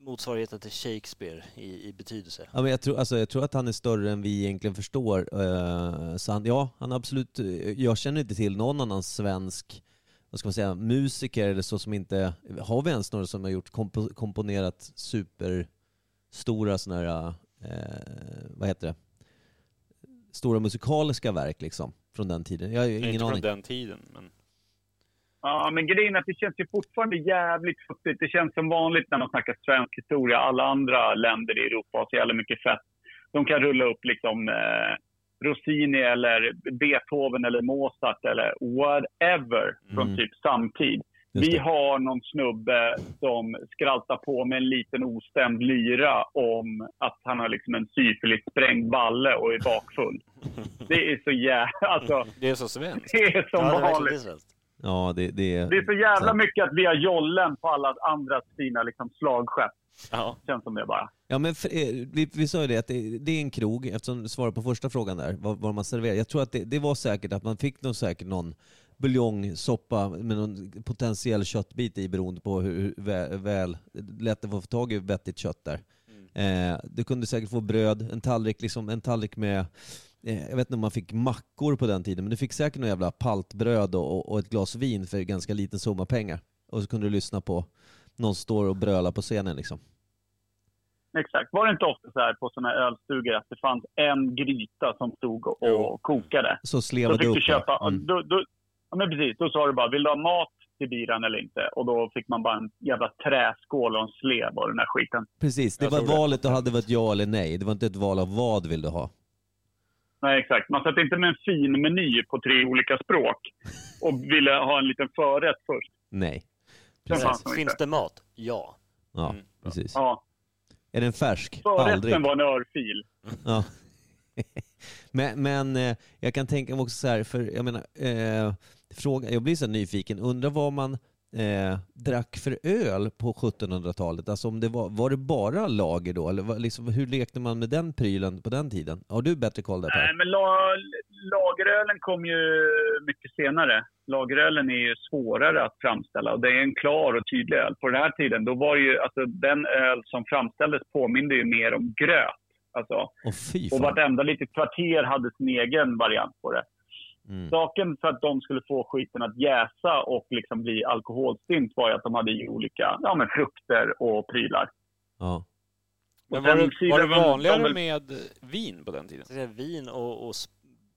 motsvarigheten till Shakespeare i, i betydelse.
Ja, men jag, tror, alltså, jag tror att han är större än vi egentligen förstår. Eh, så han, ja, han är absolut, eh, jag känner inte till någon annan svensk vad ska man säga, musiker eller så som inte... Har vi ens några som har gjort kompo, komponerat superstora sådana här, eh, vad heter det, stora musikaliska verk liksom från den tiden? Jag har ju ingen
inte
aning.
från den tiden, men...
Ja, men grejen är att det känns ju fortfarande jävligt futtigt. Det känns som vanligt när man snackar svensk historia. Alla andra länder i Europa har så jävla mycket fett. De kan rulla upp liksom eh, Rossini eller Beethoven eller Mozart eller whatever från
Mm.
typ samtid.
Just
Vi
det.
har någon snubbe som skraltar på med en liten ostämd lyra om att han har liksom en syfilissprängd balle och är bakfull. Det är så jävla... Alltså,
Det är så svenskt.
det är som
ja, det är verkligen
vanligt.
det svenskt.
Ja, det, det, är-
Det är så jävla mycket att vi har jollen på alla andras fina liksom, slagskepp.
Ja.
Känns som det bara.
Ja, men för, eh, vi, vi sa ju det att det, det är en krog, eftersom du svarade på första frågan där, vad, vad man serverar. Jag tror att det, det var säkert att man fick någon, säkert någon buljongsoppa med någon potentiell köttbit i beroende på hur, hur väl, väl lätt det var att få tag i vettigt kött där. Eh, du kunde säkert få bröd, en tallrik, liksom, en tallrik med eh, jag vet inte om man fick mackor på den tiden, men du fick säkert något jävla paltbröd och, och- och ett glas vin för ganska liten summa pengar. Och så kunde du lyssna på någon står och brölar på scenen liksom.
Exakt. Var det inte ofta så här på såna här ölstugor att det fanns en gryta som stod och, och kokade?
Så
Då
slevade
fick
upp
du
det.
köpa...
Mm.
Då, då, ja, men precis. Då sa du bara, vill du ha mat till biran eller inte? Och då fick man bara en jävla träskål och en slev och den där skiten.
Precis, det
Jag
var
tror det.
valet du hade var ett ja eller nej. Det var inte ett val av vad vill du ha.
Nej, exakt. Man satt inte med en fin meny på tre olika språk och ville ha en liten förrätt först.
Nej.
Den
Precis.
fanns nog
Finns
inte.
det mat? Ja.
Ja,
Mm.
precis.
Ja,
Är den färsk? Aldrig.
förrätten var en örfil.
Ja. men, men eh, jag kan tänka mig också så här, för jag menar, eh, fråga, jag blir så här nyfiken, undrar vad man eh, drack för öl på 1700-talet? Alltså om det var, var det bara lager då? Eller vad- liksom, hur lekte man med den prylen på den tiden? Har du bättre koll där
Nej,
Per?
men la, lagerölen kom ju mycket senare. Lagerölen är ju svårare att framställa och det är en klar och tydlig öl. På den här tiden, då var ju, alltså den öl som framställdes påminde ju mer om gröt. Alltså,
Åh fy
och
fan.
vartenda litet kvarter hade sin egen variant på det.
Mm.
Saken för att de skulle få skiten att jäsa och liksom bli alkoholstint var ju att de hade i olika ja, men frukter och prylar.
Ja.
Men
Och
var
sen
det, var
syrade
det
de- de
vanligare
väl-
med vin på den tiden?
Så det är vin och, och sp-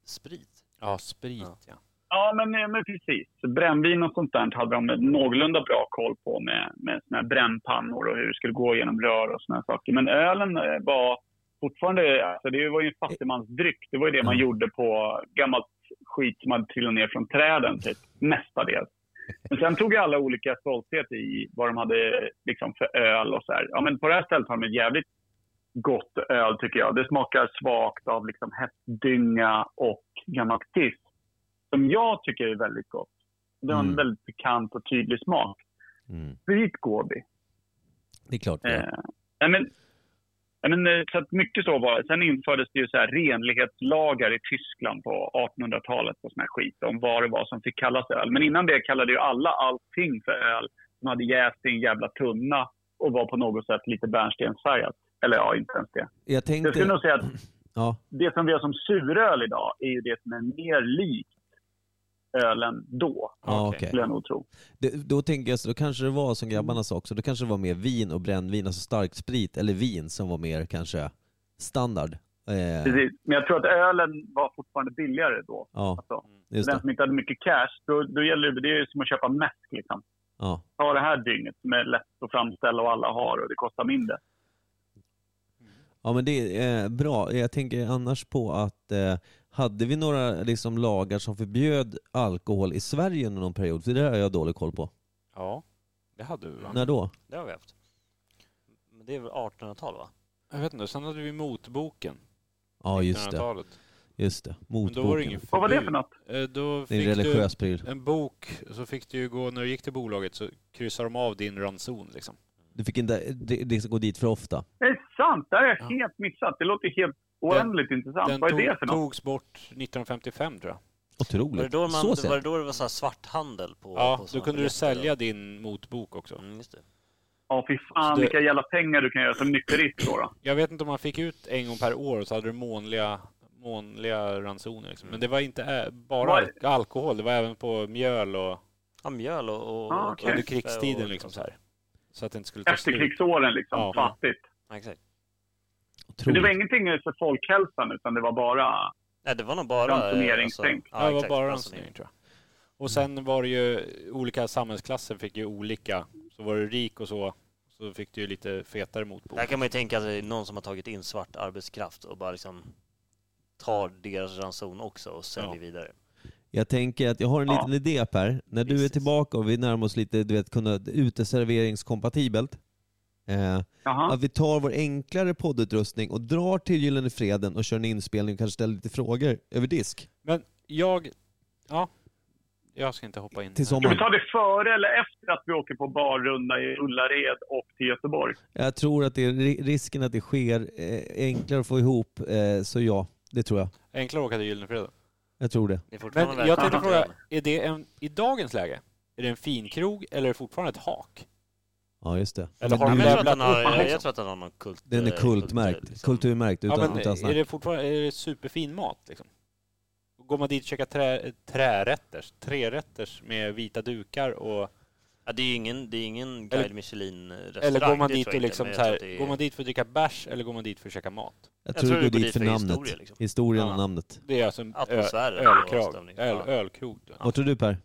sprit.
Ja, sprit ja.
Ja, men, eh, men precis. Brännvin och sånt där hade de någorlunda bra koll på med, med såna här brännpannor och hur det skulle gå genom rör och såna här saker. Men ölen eh, var fortfarande, alltså det var ju en fattigmansdryck. Det var ju det man
Mm.
gjorde på gammalt skit som hade trillat ner från träden typ, mestadels. Men sen tog ju alla olika stolthet i vad de hade liksom för öl och så här. Ja, men på det här stället har de ett jävligt gott öl tycker jag. Det smakar svagt av liksom hästdynga och gammalt tiss som jag tycker är väldigt gott. Det har en
Mm.
väldigt pikant och tydlig smak.
Mm.
Sprit går vi.
Det är klart.
Eh,
Ja.
nej, men, nej, men, eh, så att mycket så var det. Sen infördes det ju så här renlighetslagar i Tyskland på 1800-talet och sån här skit om vad det var som fick kallas öl. Men innan det kallade ju alla allting för öl som hade jäst i en jävla tunna och var på något sätt lite bärnstensfärgat. Eller ja, inte ens det.
Jag
Jag skulle
tänkte...
nog säga att
Ja.
det som vi har som suröl idag är ju det som är mer likt ölen då,
Ja, okej.
skulle jag nog tro.
Det, då tänker jag så då kanske det var som grabbarna sa också, då kanske det var mer vin och brännvin, alltså stark sprit eller vin som var mer kanske standard. Eh,
Precis. Men jag tror att ölen var fortfarande billigare då.
ja,
Alltså,
just
den
det.
som inte hade mycket cash, då, då gäller det, det är ju som att köpa mäsk. Liksom.
Ja.
Ta det här dygnet som är lätt att framställa och alla har och det kostar mindre.
Ja men det är eh, bra. Jag tänker annars på att eh, hade vi några liksom, lagar som förbjöd alkohol i Sverige under någon period? För det har jag dålig koll på.
Ja, det hade vi va?
När då?
Det har vi haft. Men det är väl 1800-tal va?
Jag vet inte, sen hade vi motboken.
Ja just det.
1900-talet.
Just det.
Men då var det ingen
Motboken.
förbud.
Vad var det för något?
Eh, Då
Det är
fick
en
du
religiös pryl.
en bok, så fick du ju gå, när du gick till bolaget så kryssade de av din ranson liksom.
Du fick inte det, det ska gå dit för ofta.
Det är sant, det här har jag
Ja.
helt missat. Det låter helt oändligt intressant.
Den
Vad är
tog-
det för något?
togs bort 1955 tror jag.
Otroligt.
Var det då,
Mm.
man,
så
var, det
sett.
då det var så här svarthandel på
Ja,
på
då
såna
kunde du
biljetter
sälja din motbok
och-
också.
Mm, just det.
Ja, fy fan
Så det-
vilka jävla pengar du kan göra som nykterist då. då.
Jag vet inte om man fick ut en gång per år och så hade du månliga, månliga ransoner liksom. Men det var inte ä- bara
Var-
alk- alkohol, det var även på mjöl och
Ja, mjöl och... och
Ah,
och
okej.
kaffe
under
Under
krigstiden
och-
liksom så här. Så att det inte skulle ta slut.
Efterkrigsåren liksom,
Ja.
fattigt.
Ja, exakt.
Men det var
Otroligt.
ingenting för folkhälsan utan det var bara...
Nej, det var nog bara... eh,
Ransoneringstänk.
Ja, Alltså, det var
exakt,
bara
ransonering.
ransonering tror jag. Och sen var det ju, olika samhällsklasser fick ju olika. Så var du rik och så, så fick du ju lite fetare motbok.
Där kan man ju tänka att det är någon som har tagit in svart arbetskraft och bara liksom tar deras ranson också och säljer
Ja.
vidare.
Jag tänker att jag har en
Ja.
liten idé Per. När du är
Precis.
tillbaka och vi närmar oss lite du vet, kunna, uteserveringskompatibelt. Eh,
Jaha.
Att vi tar vår enklare poddutrustning och drar till Gyllene Freden och kör en inspelning och kanske ställer lite frågor över disk
Men jag, ja. Jag ska inte hoppa in.
till
här.
Ska vi
sommaren.
ta det före eller efter att vi åker på barrunda i Ullared och till Göteborg?
Jag tror att det är ri- risken att det sker eh, enklare att få ihop, eh, så ja, det tror jag.
Enklare att åka till Gyllenfredag.
Jag tror det.
Det är fortfarande
Men jag tänkte
välkomna
fråga,
till
är det en, i dagens läge, är det en fin krog eller är det fortfarande ett hak?
Ja, just det.
Eller
Men
har
den.
de
du,
Men jag, tror
levlat
att den har,
upp
jag,
liksom?
tror att den har någon kult...
den är
eh,
kultmärkt,
liksom.
kulturmärkt utan,
Ja, men
utan snack.
är det fortfarande är det superfin mat liksom? Går man dit och käkar trä, trärätters, trerätters med vita dukar och...
Ja, det är ju ingen, det är ingen
Eller-
Guide Michelin-restaurang.
Eller går man
det
dit
tror
och
jag inte,
liksom
men
så
jag tror
här,
att det är-
går man dit för att dricka bärs eller går man dit för att käka mat?
Jag tror du går dit för namnet.
historia, liksom.
Historien
Ja.
och namnet.
Det är alltså en ö,
Atmosfären och
ölkrog.
stämningen.
Öl,
Ja.
ölkrog.
Vad tror du Per?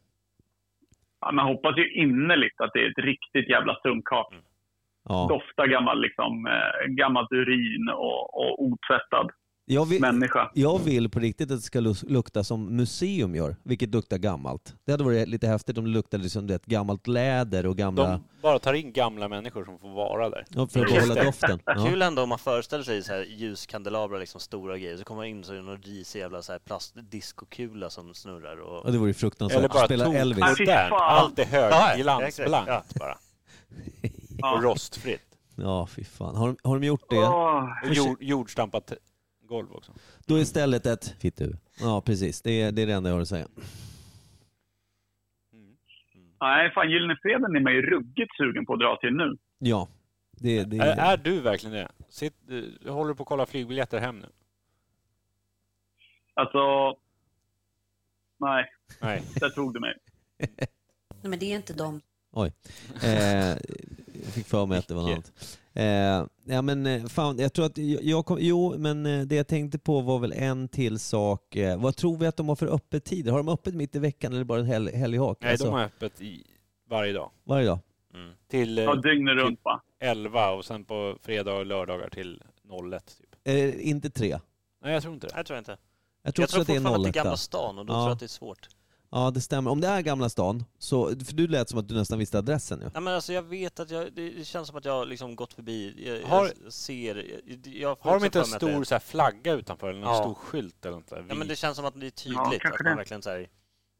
Ja, man hoppas ju innerligt att det är ett riktigt jävla sunkak.
Ja.
Doftar gammal, liksom, eh, gammalt urin och, och otvättad.
Jag vill,
människa.
jag vill på riktigt att det ska lu- lukta som museum gör, vilket luktar gammalt. Det hade varit lite häftigt om det luktade som ett gammalt läder och gamla...
De bara tar in gamla människor som får vara där.
Ja, för att behålla doften. Ja.
Kul ändå om man föreställer sig så här ljuskandelabrar, liksom stora grejer, så kommer man in så är det någon risig jävla så här plastdiskokula som snurrar och...
Ja, det vore ju fruktansvärt.
Eller bara
Alltså, Spela
tok-
Elvis.
Ja, fy
Där.
fan.
Allt är
Ja, ja,
högglansblankt
exakt,
bara.
Ja.
Och rostfritt.
Ja, fy fan. Har de, har de gjort det?
Åh,
Och jord, jordstampat golv också.
Då är stället ett... Fittu. Ja, precis. Det är, det är det enda jag har att säga.
nej, fan Gyllene Freden är man ju ruggigt sugen på att dra till nu.
Ja. Det, det,
Är, är du verkligen det? Sitt, du håller på att kolla flygbiljetter hem nu?
Alltså, nej,
Nej.
där tog du mig.
Nej, men det är inte de.
Eh, jag fick för mig att det var något annat. Eh, ja, men eh, fan, jag tror att jag, jag kom, jo, men eh, det jag tänkte på var väl en till sak. Eh, vad tror vi att de har för öppettider? Har de öppet mitt i veckan eller bara en hel, helghak?
Nej, de har öppet i, varje dag.
Varje dag?
Mm.
Till
Ja,
eh,
dygnet runt va?
11 och sen på fredag och lördagar till 01 typ.
Eh, inte tre.
Nej, jag tror inte det.
Jag tror inte.
Jag tror
Jag
också
tror
att det är
fortfarande att det är
01.
Gamla stan och då
Ja.
tror jag att det är svårt.
Ja, det stämmer. Om det är Gamla stan, så, för du lät som att du nästan visste adressen. Ja.
Nej men alltså jag vet att jag, det det känns som att jag har liksom gått förbi, jag,
Har-
jag ser, jag, jag får
Har de
också
inte en
för mig att det är-
stor så här, flagga utanför eller någon
Ja.
stor skylt eller något där?
Ja men det känns som att det är
Ja,
tydligt,
kanske
att man
det.
verkligen såhär,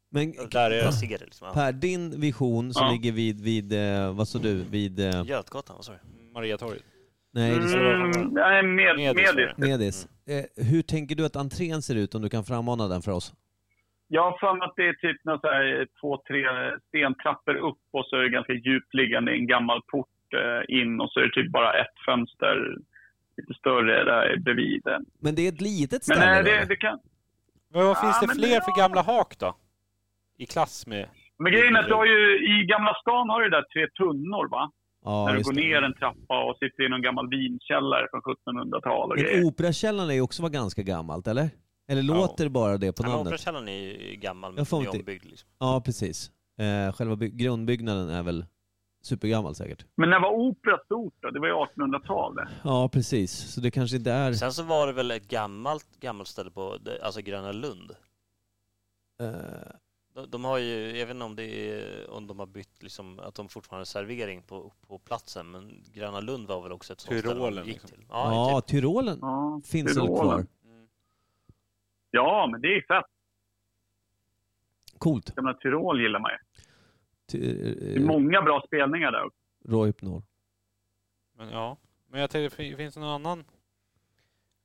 Men
där är jag ser det liksom. Ja.
Per, din vision som
Ja.
ligger vid, vid eh, vad sa du, vid... Eh,
Götgatan, vad sa du?
Mariatorget.
Nej, det står
Mm, nej, med,
Medis,
medis.
var det.
Medis. Eh, hur tänker du att entrén ser ut om du kan frammana den för oss?
Jag har för mig att det är typ några så här, två, tre stentrappor upp och så är det ganska djupt liggande i en gammal port eh, in och så är det typ bara ett fönster lite större där bredvid. den.
Men det är ett litet
Men
ställe.
nej,
då,
det,
eller?
det kan...
Men vad
Ja,
finns det
men
fler
det-
för gamla hak då? I klass med...
Men grejen är att du har ju, i Gamla stan har du där tre tunnor va?
ja,
När du
just
går
det.
ner en trappa och sitter i någon gammal vinkällare från 1700-tal och grejer.
Men Operakällaren är ju också var ganska gammalt, eller? Eller
Ja.
låter det bara det på
Nej, men
namnet?
Operakällaren är ju gammal, men
Jag får
är
inte-
ombyggd liksom.
Ja, precis. Eh, själva by- grundbyggnaden är väl supergammal säkert.
Men när var opera stort då? Det var ju 1800-tal det.
Ja, precis. Så det kanske inte är...
Sen så var det väl ett gammalt, gammalt ställe på, det- alltså Gröna Lund.
Eh,
De, de har ju, jag vet inte om det är, om de har bytt liksom, att de fortfarande har servering på, på platsen, men Gröna Lund var väl också ett sånt ställe
Tyrolen,
de gick
liksom.
till.
ja,
Ja, typ.
Tyrolen
Ja,
finns väl
Tyrolen.
kvar?
Ja, men det är fett.
Coolt.
Gamla Tyrol gillar man ju.
Ty-
Det är
eh,
många bra spelningar där.
Roy Hypnor.
Men ja. Men jag tänkte, fin- finns det någon annan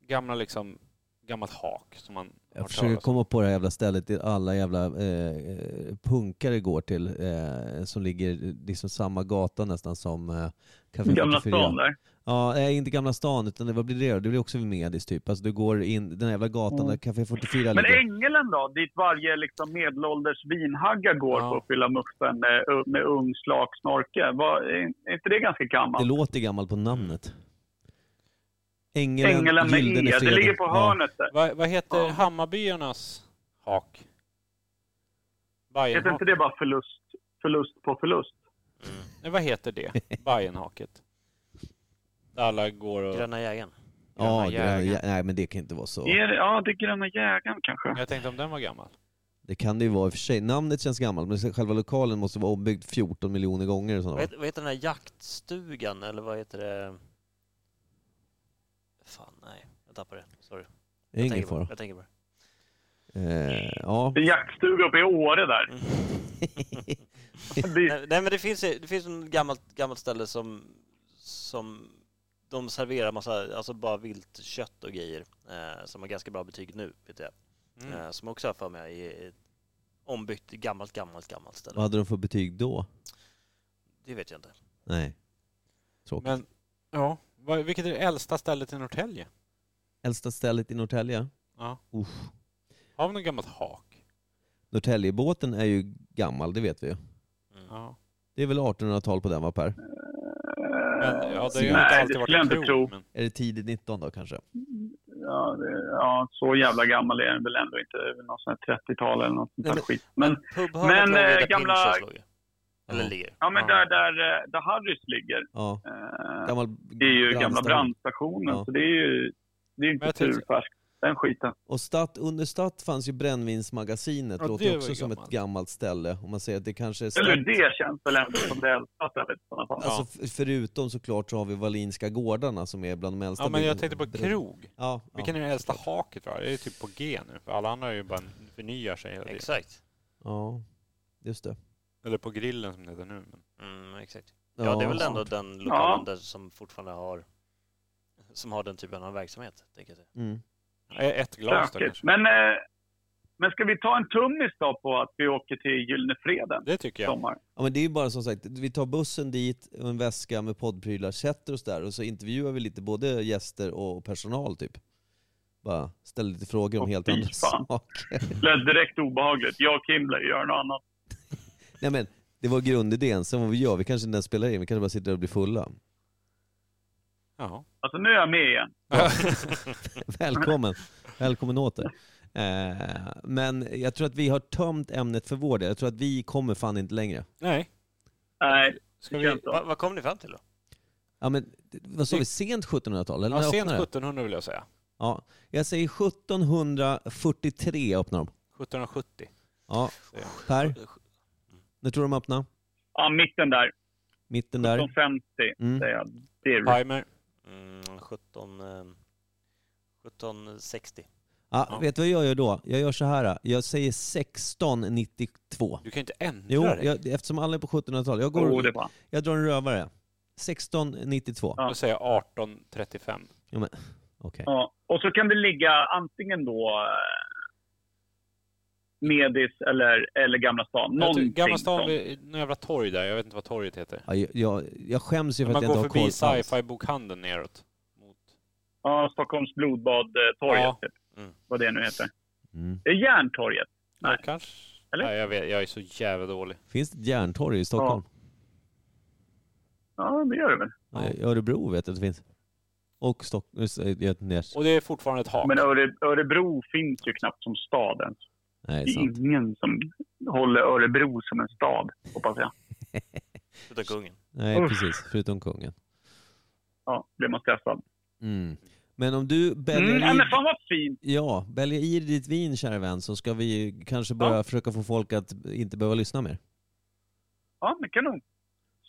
gamla liksom, gammalt hak som man
Jag
har
försöker
talas om?
alltså?
komma på det här jävla stället dit alla jävla eh, eh, punkare går till eh, som ligger liksom samma gata nästan som eh, Café
Gamla
44.
stan där.
Ja, nej, inte Gamla stan utan det, vad blir det då? Det blir också vid Medis typ. Alltså du går in den här jävla gatan
Mm.
där Café 44
Men
ligger.
Ängelen då? Dit varje liksom medelålders vinhagga går
Ja.
för att fylla muffen med, med ung slaksnorke. Vad- Är är inte det ganska
Det
gammalt?
låter gammalt på namnet. Ängelen,
Ängelen med
Gyllene
E. Det
Freden.
ligger på hörnet där.
Vad, vad heter
Ja.
Hammarbyarnas hak?
Heter
Bajenhak.
inte det bara förlust, förlust på förlust?
Nej, vad heter det? Bajenhaket. Där alla går och...
Gröna jägaren.
Ja,
typ. Gröna
ja, ja,
Jägaren.
nej men det kan inte vara så.
Är det, ja, det är Gröna jägaren kanske.
Jag tänkte om den var gammal.
Det kan det ju vara i och för sig. Namnet känns gammalt men själva lokalen måste vara ombyggd 14 miljoner gånger. Och
Vad
sådana.
heter, vad heter den här jaktstugan eller vad heter det? Fan, nej. Jag tappade det. Sorry.
Det är
jag,
ingen
tänker på, det.
fara.
jag tänker på det.
Eh, ja.
Det är jaktstuga uppe i Åre där. Det,
Mm. Nej, nej men det finns, det finns en gammalt, gammalt ställe som, som de serverar massa, alltså bara vilt kött och grejer eh, som har ganska bra betyg nu, vet jag.
Mm.
Eh, som också har för mig är ett ombyggt gammalt, gammalt, gammalt ställe.
Vad hade de för betyg då?
Det vet jag inte.
Nej. Tråkigt.
Men, ja. Vad, vilket är det äldsta stället i Norrtälje?
Äldsta stället i Norrtälje?
Ja.
Uff.
Har vi något gammalt hak?
Norrtäljebåten är ju gammal, det vet vi ju.
Ja.
Det är väl 1800-tal på den va Per?
Men, ja, det har ju inte
Nej, det
alltid
skulle
varit
jag
en
inte
krog.
tro.
Men,
Är det tidigt 19 då kanske?
ja, det, ja, så jävla gammal är den väl ändå inte. Det är väl Någon sån här 30-tal eller något sånt
Nej,
där
men-
skit. Men
Pubhörnet
Men,
låg ju
eh,
där
gamla-
Pinchos låg ju. Eller
Ja.
ligger.
ja, men
Ja.
där, där, eh, där Harrys ligger.
Ja.
eh,
Gammal
Det är ju gamla
brandstation.
brandstationen,
Ja.
så det är ju det
Men
är ju inte
jag tänkte-
turfärskt. den skiten.
Och statt, under Statt fanns ju Brännvinsmagasinet,
Ja,
låter
det
ju
var
också
ju
som ett
gammalt.
gammalt ställe. Om man säger att det kanske är
Eller
Statt-
det känns väl ändå som det äldsta stället i sådana fall.
Alltså, f- förutom såklart så har vi Wallinska gårdarna som är bland de äldsta.
Ja men jag
byggnaderna.
tänkte på krog.
Ja,
Vilken
ja,
är det äldsta haket va? Det är typ på G nu. För alla andra är ju bara förnyar sig hela tiden.
Exakt.
ja, just det.
Eller på grillen som det heter nu. Men
Mm, exakt. Ja, det är väl ändå den lokalen
Ja.
där som fortfarande har som har den typen av verksamhet. Tänker jag.
Mm.
Eh, ett glas då
Stökigt.
kanske.
Men, eh, men ska vi ta en tummis då på att vi åker till Gyllene Freden
Det tycker
i
jag.
sommar?
Ja men det är ju bara som sagt, vi tar bussen dit och en väska med poddprylar, sätter oss där och så intervjuar vi lite både gäster och personal typ. Bara ställer lite frågor om
Åh,
helt
fy
andra
fan.
saker.
Det lät direkt obehagligt. Jag och Kim lär ju göra något annat.
Nej men, det var grundidén. Sen vad vi gör, vi kanske inte ens spelar in, vi kanske bara sitter där och blir fulla.
Jaha.
Alltså nu är jag med igen.
Välkommen, välkommen åter. Eh, men jag tror att vi har tömt ämnet för vår del. Jag tror att vi kommer fan inte längre.
Nej.
Nej,
Ska
det
vi...
känns så.
Va, vad kom ni fram till då?
Ja men, vad sa vi, sent 1700-tal? Eller
Ja,
när
sent
öppnade det?
1700 vill jag säga.
Ja, jag säger 1743 öppnar de.
1770.
Ja,
Eh,
Per, när tror du de öppnar?
Ja, mitten där.
Mitten där?
50
Mm.
säger jag. Det är
Timer.
Mm, 17... Eh, 1760.
Ja, vet du vad jag gör då? Jag gör så här. Jag säger 1692.
Du kan ju inte ändra
Jo,
dig.
jag, eftersom alla är på 1700-tal. Jag,
Jo, Oh, det
går,
är bra.
jag drar en rövare. 1692.
Ja.
Då säger jag 1835.
Ja, men, okej.
Ja. Och så kan det ligga antingen då eh, Medis eller, eller Gamla stan.
Jag tror-
Någonting
Gamla stan,
sånt.
vid något jävla torg där. Jag vet inte vad torget heter.
Ja, jag- jag, jag skäms ju för att
Man
jag inte
går
har koll
förbi
på allt.
sci-fi-bokhandeln neråt. Mot...
Ja, Stockholms blodbadtorget.
Ja.
Typ.
Mm.
Vad det nu heter.
Mm.
Det är Järntorget. Nej.
Nej. Kanske?
Eller?
Nej, jag, vet, jag är så jävla dålig.
Finns det ett järntorg i Stockholm?
Ja, det gör det väl.
Ja. I Örebro vet jag att det finns. Och Stockholm... Göteborgs.
Och det är fortfarande ett hak.
Men Öre, Örebro finns ju knappt som stad ens.
Nej,
Det är
sant.
ingen som håller Örebro som en stad, hoppas jag.
Utan kungen.
Nej,
Usch.
precis. Förutom kungen.
Ja, blir man stressad.
Mm. Men om du
Mm,
bälgar
nej,
in...
men fan vad fint!
Ja, bälja i dig ditt vin kära vän så ska vi ju kanske börja försöka få folk att inte behöva lyssna mer.
Ja, men kanon.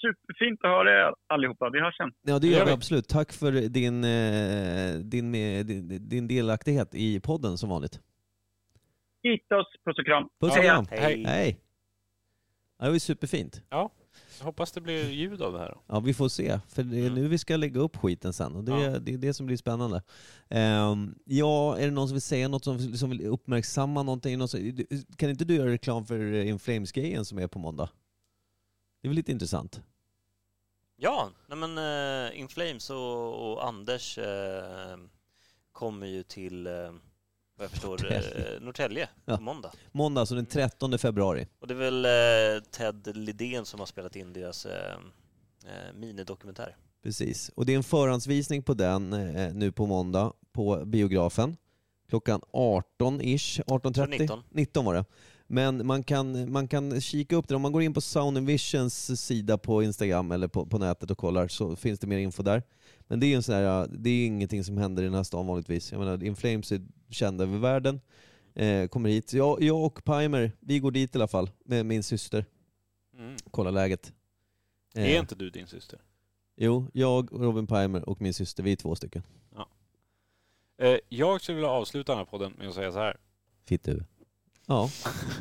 Superfint att höra er allihopa. Vi hörs sen.
Ja det
Det
gör
gör
vi
vi.
absolut. Tack för din, eh, din, med- din, din delaktighet i podden som vanligt.
Kittos, puss och kram.
Puss
Ja,
och kram!
Hej.
Hej! Ja, det var ju superfint.
Jag hoppas det blir ljud av det här. då.
Ja vi får se, för det är
Mm.
nu vi ska lägga upp skiten sen och det,
Ja.
det är det som blir spännande. Ehm, ja, är det någon som vill säga något, som, som vill uppmärksamma någonting? Någon som, du- kan inte du göra reklam för eh, In Flames-grejen som är på måndag? Det är väl lite intressant?
Ja, nej men eh, In Flames och, och Anders eh, kommer ju till, eh, vad jag förstår,
Norrtälje.
Norrtälje, eh, Norrtälje
Ja.
på måndag.
Måndag, alltså den 13 februari.
Och det är väl eh, Ted Lidén som har spelat in deras eh, eh, minidokumentär.
Precis. Och det är en förhandsvisning på den eh, nu på måndag på biografen. Klockan 18-ish, 18.30?
19.
19 var det. Men man kan, man kan kika upp det. Om man går in på Sound and Visions sida på Instagram eller på, på nätet och kollar så finns det mer info där. Men det är ju en sån här, ja, det är ju ingenting som händer i den här stan vanligtvis. Jag menar, In Flames är kända över världen. Eh, kommer hit. Jag, jag och Pimer, vi går dit i alla fall med min syster.
Mm.
Kollar läget. Eh,
Är inte du din syster?
Jo, jag, Robin Pimer och min syster, vi är två stycken.
Eh, jag skulle vilja avsluta den här podden med att säga så här.
Fitt du. Ja,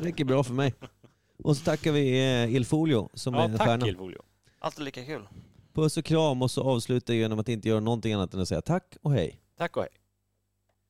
det räcker bra för mig. Och så tackar vi eh, Ilfolio som
Ja,
är
tack
stjärnan.
Ilvolio.
Alltid lika kul.
Puss och kram och så avslutar jag genom att inte göra någonting annat än att säga tack och hej.
Tack och hej.